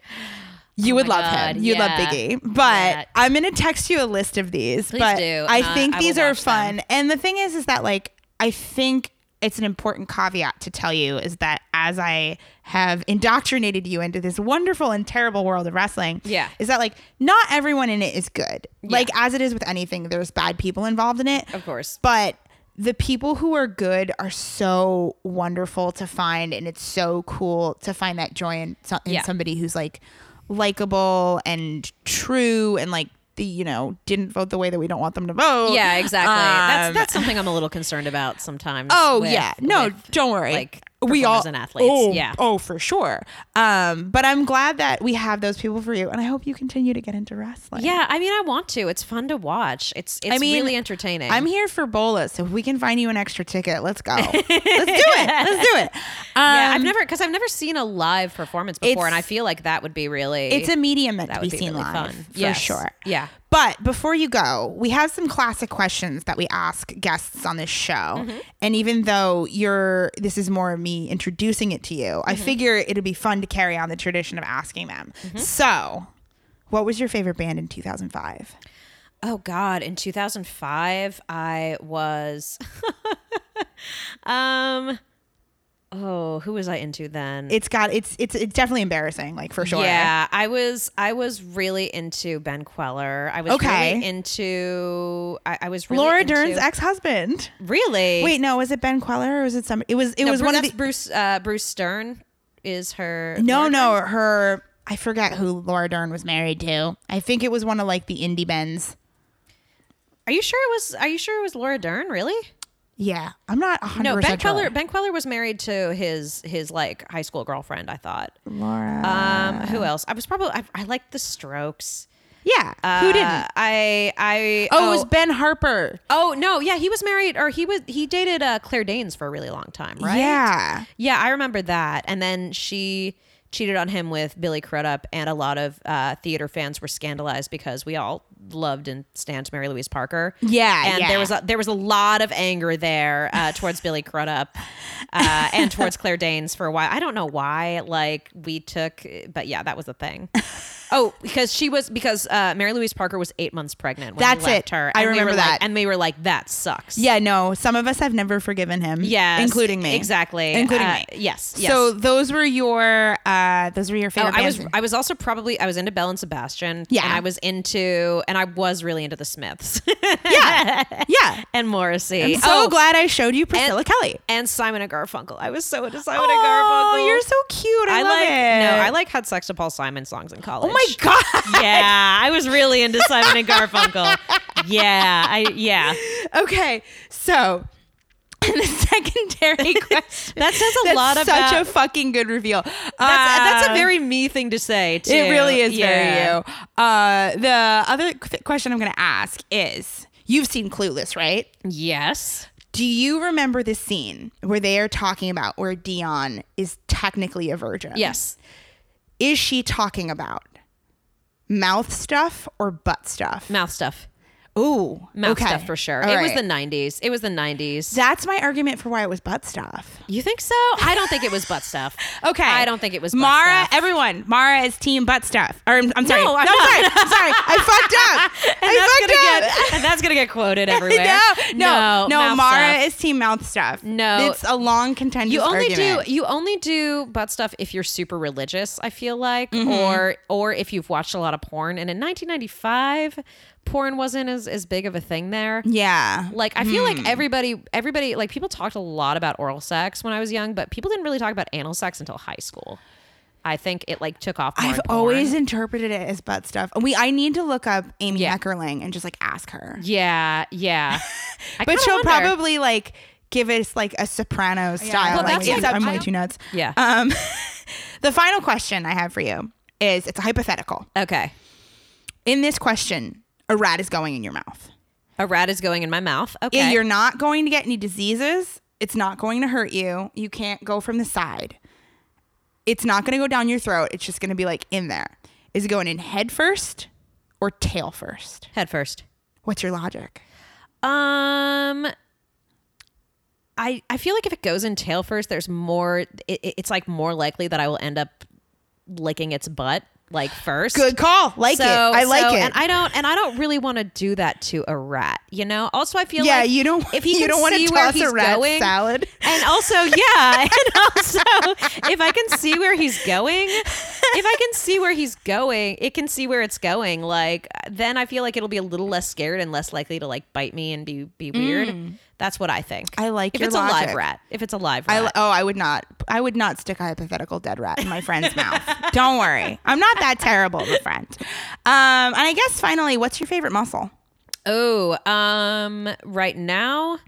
B: You would
A: my
B: love
A: God,
B: him. You'd love
A: yeah.
B: Big E. But
A: Yeah.
B: I'm gonna text you a list of these.
A: Please
B: but
A: do,
B: I
A: and I-
B: think
A: I will
B: these are
A: watch
B: fun. And the thing is, is that like I think it's an important caveat to tell you is that as I have indoctrinated you into this wonderful and terrible world of wrestling,
A: Yeah.
B: is that like not everyone in it is good. Like as it is with anything, there's bad people involved in it.
A: Of course.
B: But the people who are good are so wonderful to find, and it's so cool to find that joy in, so- in
A: Yeah.
B: somebody who's like likable and true and like the you know didn't vote the way that we don't want them to vote.
A: Yeah, exactly.
B: Um,
A: that's that's something I'm a little concerned about sometimes.
B: Oh
A: with-
B: yeah, no,
A: with-
B: don't worry.
A: like,
B: we all
A: performers and athletes,
B: Oh,
A: yeah.
B: oh for sure. Um, but I'm glad that we have those people for you, and I hope you continue to get into wrestling.
A: yeah, I mean, I want to. It's fun to watch. It's it's
B: mean,
A: really entertaining.
B: I'm here for Bola, so if we can find you an extra ticket, let's go. let's do it. Let's do it.
A: yeah, I've
B: Um,
A: never because I've never seen a live performance before,
B: It's-
A: and I feel like that would be really
B: It's a medium meant
A: that
B: to
A: would
B: be
A: be
B: seen
A: really
B: live
A: fun
B: for
A: Yes.
B: sure.
A: Yeah,
B: But before you go, we have some classic questions that we ask guests on this show.
A: Mm-hmm.
B: And even though you're this is more me introducing it to you, I
A: Mm-hmm.
B: figure it'd be fun to carry on the tradition of asking them. So, what was your favorite band in 2005?
A: Oh God! In 2005, I was. um, oh, who was I into then?
B: It's got it's it's it's definitely embarrassing, like for sure.
A: Yeah, I was I was really into Ben Queller. I was
B: Okay.
A: really into. I, I was really
B: Laura
A: into,
B: Dern's ex-husband.
A: Really?
B: Wait, no, was it Ben Queller or was it some? It was it
A: No,
B: was
A: Bru-
B: one of
A: that's
B: the
A: Bruce uh, Bruce Stern is her.
B: No, no, her. I forget who Laura Dern was married to. I think it was one of like the indie bends.
A: Are you sure it was? Are you sure it was Laura Dern? Really?
B: Yeah, I'm not 100.
A: No, Ben Queller. Ben Queller was married to his his like high school girlfriend. I thought.
B: Laura.
A: Um, who else? I was probably I, I liked the Strokes.
B: yeah,
A: Uh,
B: who didn't?
A: I I
B: Oh, it was Ben Harper.
A: Oh no, yeah, he was married or he was he dated uh, Claire Danes for a really long time, right?
B: Yeah,
A: yeah, I remember that. And then she cheated on him with Billy Crudup, and a lot of uh, theater fans were scandalized because we all loved and stand Mary Louise Parker.
B: Yeah,
A: and
B: yeah.
A: there was a, there was a lot of anger there uh, towards Billy Crudup uh, and towards Claire Danes for a while. I don't know why, like we took, but yeah, that was the thing. Oh, because she was because uh, Mary Louise Parker was eight months pregnant. When
B: That's
A: we left
B: it.
A: Her,
B: I
A: And we were
B: remember
A: like-
B: that.
A: and we were like, that sucks.
B: yeah. No, some of us have never forgiven him.
A: Yes,
B: including me.
A: exactly,
B: including
A: Uh,
B: me.
A: Yes, yes.
B: So those were your uh those were your
A: Oh,
B: favorite.
A: I was
B: bands.
A: I was also probably I was into Bell and Sebastian.
B: Yeah.
A: And I was into and I was really into the Smiths
B: yeah, yeah.
A: and Morrissey.
B: I'm so
A: Oh,
B: glad I showed you Priscilla Kelly.
A: And Simon and Garfunkel. I was so into Simon
B: Oh,
A: and Garfunkel.
B: you're so cute. I,
A: I
B: love
A: like
B: it.
A: no, I like had sex to Paul Simon songs in college.
B: Oh my god.
A: Yeah, I was really into Simon and Garfunkel. Yeah, I yeah.
B: Okay, so the secondary question.
A: That says a
B: That's
A: lot
B: such
A: about-
B: a fucking good reveal. Uh, That's,
A: That's, that's a very me thing to say. Too.
B: It really is
A: Yeah.
B: very you. Uh, the other qu- question I'm going to ask is: You've seen Clueless, right?
A: Yes.
B: Do you remember this scene where they are talking about where Dion is technically a virgin?
A: Yes.
B: Is she talking about mouth stuff or butt stuff?
A: Mouth stuff.
B: Ooh,
A: Mouth
B: okay.
A: stuff for sure.
B: All
A: it was
B: right.
A: the 90s. It was the 90s.
B: That's my argument for why it was butt stuff.
A: You think so? I don't think it was butt stuff.
B: Okay.
A: I don't think it was butt
B: Mara.
A: stuff.
B: Everyone, Mara is team butt stuff. Or, I'm, I'm sorry.
A: No, I'm
B: sorry. I'm sorry. I fucked up.
A: And
B: I
A: that's gonna
B: fucked up.
A: get and that's gonna get quoted everywhere.
B: no, no, no.
A: mouth
B: Mara
A: stuff.
B: is team mouth stuff.
A: No.
B: it's a long contentious.
A: You only
B: argument.
A: do you only do butt stuff if you're super religious. I feel like,
B: Mm-hmm.
A: or or if you've watched a lot of porn. And in 1995, porn wasn't as as big of a thing there.
B: Mm-hmm. Yeah.
A: Like I feel
B: Hmm.
A: like everybody everybody like people talked a lot about oral sex when I was young, but people didn't really talk about anal sex until high school. I think it like took off. More
B: I've
A: in porn.
B: always interpreted it as butt stuff. We I need to look up Amy
A: Yeah.
B: Heckerling and just like ask her.
A: Yeah, yeah. I
B: But
A: kinda
B: she'll
A: wonder.
B: probably like give us like a soprano style.
A: Well,
B: like,
A: that's
B: it's-
A: like-
B: I'm
A: I
B: way
A: don't-
B: too nuts.
A: Yeah.
B: Um, the final question I have for you is it's a hypothetical.
A: okay.
B: In this question, a rat is going in your mouth.
A: A rat is going in my mouth. Okay.
B: You're not going to get any diseases. It's not going to hurt you. You can't go from the side. It's not going to go down your throat. It's just going to be like in there. Is it going in head first or tail first?
A: Head first.
B: What's your logic?
A: Um I I feel like if it goes in tail first, there's more it, it- it's like more likely that I will end up licking its butt like first.
B: Good call. Like it. I like
A: so-
B: it.
A: And I don't and I don't really want to do that to a rat, you know? Also I feel
B: yeah,
A: like
B: you don't.
A: if he
B: you
A: can
B: don't want
A: see
B: to
A: where
B: toss
A: he's
B: a rat
A: going-
B: salad.
A: And also, yeah. And also, if I can see where he's going, if I can see where he's going, it can see where it's going. Like, then I feel like it'll be a little less scared and less likely to like bite me and be be weird. That's what I think.
B: Mm. I like
A: if
B: your
A: it's a live
B: logic.
A: rat. If it's a live
B: I,
A: rat.
B: oh, I would not. I would not stick a hypothetical dead rat in my friend's mouth. Don't worry, I'm not that terrible of a friend. Um, and I guess finally, what's your favorite muscle?
A: oh, um, right now,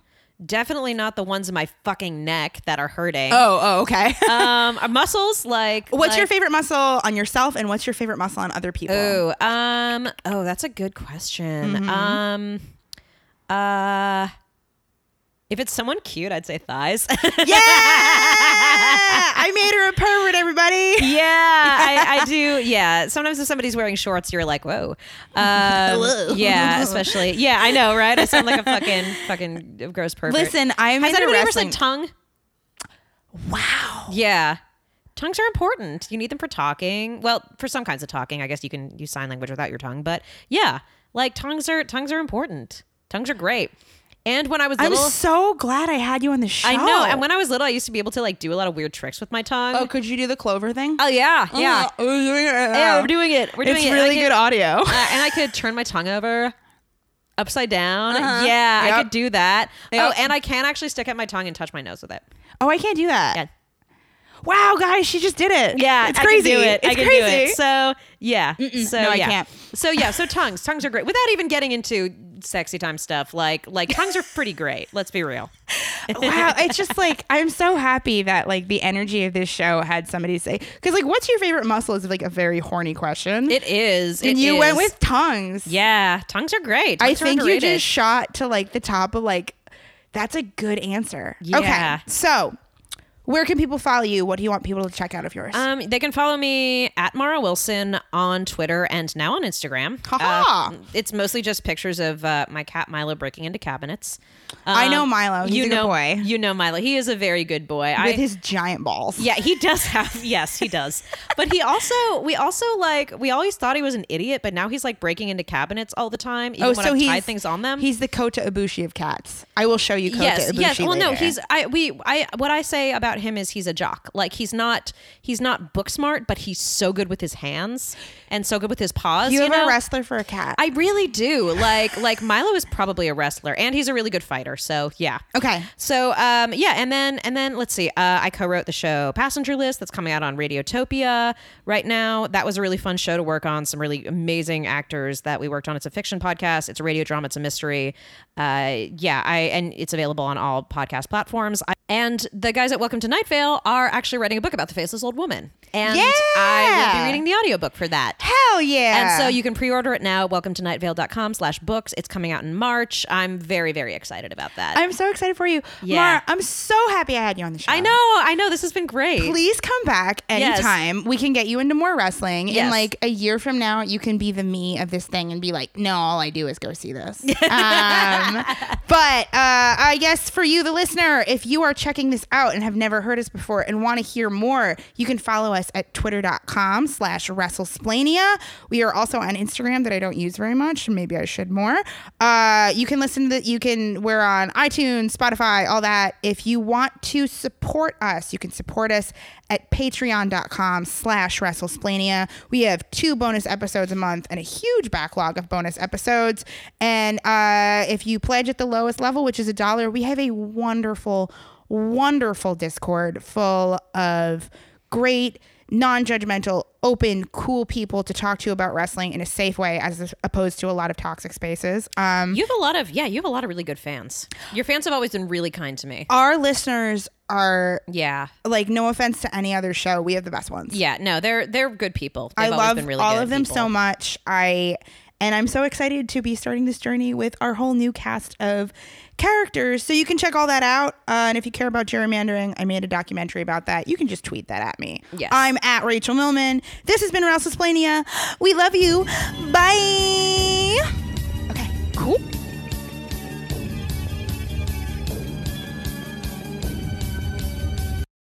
A: definitely not the ones in my fucking neck that are hurting.
B: Oh, oh, okay.
A: Um, our muscles like.
B: What's your
A: like-
B: favorite muscle on yourself, and what's your favorite muscle on other people?
A: Oh, um, oh, that's a good question. Um, uh, if it's someone cute, I'd say thighs.
B: Yeah, I made her a pervert, everybody.
A: Yeah, I, I do. Yeah, sometimes if somebody's wearing shorts, you're like, whoa. Um,
B: Whoa.
A: Yeah, especially. Yeah, I know, right? I sound like a fucking fucking gross pervert.
B: Listen, I'm
A: has
B: into
A: anybody
B: wrestling.
A: ever said tongue?
B: Wow.
A: Yeah. Tongues are important. You need them for talking. Well, for some kinds of talking, I guess you can use sign language without your tongue, but yeah, like tongues are tongues are important. Tongues are great. And when I was
B: I'm
A: little,
B: so glad I had you on the show.
A: I know. And when I was little, I used to be able to like do a lot of weird tricks with my tongue.
B: oh, could you do the clover thing?
A: Oh, yeah, yeah,
B: Oh, we're doing it right
A: yeah.
B: now.
A: We're doing it. We're doing
B: it's
A: it. And I
B: really
A: could-
B: good audio.
A: uh, and I could turn my tongue over upside down.
B: Uh-huh.
A: Yeah,
B: Yep.
A: I could do that.
B: Yep.
A: Oh, and I can actually stick out my tongue and touch my nose with it.
B: Oh, I can't do that.
A: Yeah.
B: Wow, guys, she just did it.
A: Yeah,
B: it's
A: I
B: crazy.
A: Can do it.
B: It's
A: I can
B: crazy.
A: do it. So yeah. So
B: No, I
A: yeah.
B: can't.
A: So yeah. So tongues. Tongues are great. Without even getting into sexy time stuff, like like tongues are pretty great. Let's be real.
B: wow, it's just like I'm so happy that like the energy of this show had somebody say because like what's your favorite muscle is like a very horny question.
A: It is.
B: and
A: it
B: you
A: is.
B: went with tongues.
A: yeah. Tongues are great.
B: I
A: Tongues are
B: think you
A: underrated.
B: just shot to like the top of like that's a good answer.
A: Yeah.
B: Okay, so where can people follow you? What do you want people to check out of yours?
A: Um, they can follow me at Mara Wilson on Twitter and now on Instagram.
B: Ha-ha.
A: Uh, it's mostly just pictures of uh, my cat Milo breaking into cabinets.
B: I know
A: Um,
B: Milo. Oh, He's
A: you
B: a good
A: know,
B: boy.
A: You know Milo. He is a very good boy. I,
B: with his giant balls.
A: yeah, he does have. Yes, he does. But he also, we also like, we always thought he was an idiot, but now he's like breaking into cabinets all the time. Even
B: Oh,
A: when
B: so
A: I've
B: he's
A: tied things on them.
B: He's the Kota Ibushi of cats. I will show you Kota
A: yes,
B: Ibushi.
A: yes. Well, no,
B: later.
A: he's I we I what I say about him is he's a jock. Like he's not he's not book smart, but he's so good with his hands and so good with his paws.
B: you
A: You,
B: have
A: know?
B: a wrestler for a cat.
A: I really do. Like like Milo is probably a wrestler and he's a really good fighter. So yeah.
B: okay.
A: So um, yeah, and then and then let's see. Uh, I co-wrote the show Passenger List that's coming out on Radiotopia right now. That was a really fun show to work on. Some really amazing actors that we worked on. It's a fiction podcast. It's a radio drama. It's a mystery. Uh, yeah, I and it's available on all podcast platforms. I, and the guys at Welcome to Night Vale are actually writing a book about the faceless old woman, and I will
B: Yeah!
A: be reading the audiobook for that.
B: Hell yeah.
A: And so you can pre-order it now. Welcome to nightvale.com slash books. It's coming out in March. I'm very, very excited about that.
B: I'm so excited for you.
A: Yeah.
B: Mara, I'm so happy I had you on the show.
A: I know, I know. This has been great.
B: Please come back
A: Yes.
B: anytime. We can get you into more wrestling. And
A: Yes.
B: like a year from now, you can be the me of this thing and be like, no, all I do is go see this. um, but uh, I guess for you, the listener, if you are checking this out and have never heard us before and want to hear more, you can follow us at twitter.com slash wrestlesplania. We are also on Instagram that I don't use very much. Maybe I should more. Uh, you can listen to, you can, we're on iTunes, Spotify, all that. If you want to support us, you can support us at patreon.com slash wrestlesplania. We have two bonus episodes a month and a huge backlog of bonus episodes. And uh, if you pledge at the lowest level, which is a dollar, we have a wonderful, wonderful Discord full of great, non judgmental, open, cool people to talk to about wrestling in a safe way as opposed to a lot of toxic spaces. Um,
A: You have a lot of yeah, you have a lot of really good fans. Your fans have always been really kind to me.
B: our listeners are
A: Yeah.
B: like no offense to any other show we have the best ones
A: Yeah. No, they're they're good people. They've
B: i
A: always
B: love
A: been really
B: all
A: good
B: of them
A: people.
B: so much i and i'm so excited to be starting this journey with our whole new cast of characters so you can check all that out uh, and if you care about gerrymandering i made a documentary about that you can just tweet that at me
A: Yes.
B: i'm at rachel millman this has been Rouse Plania. we love you bye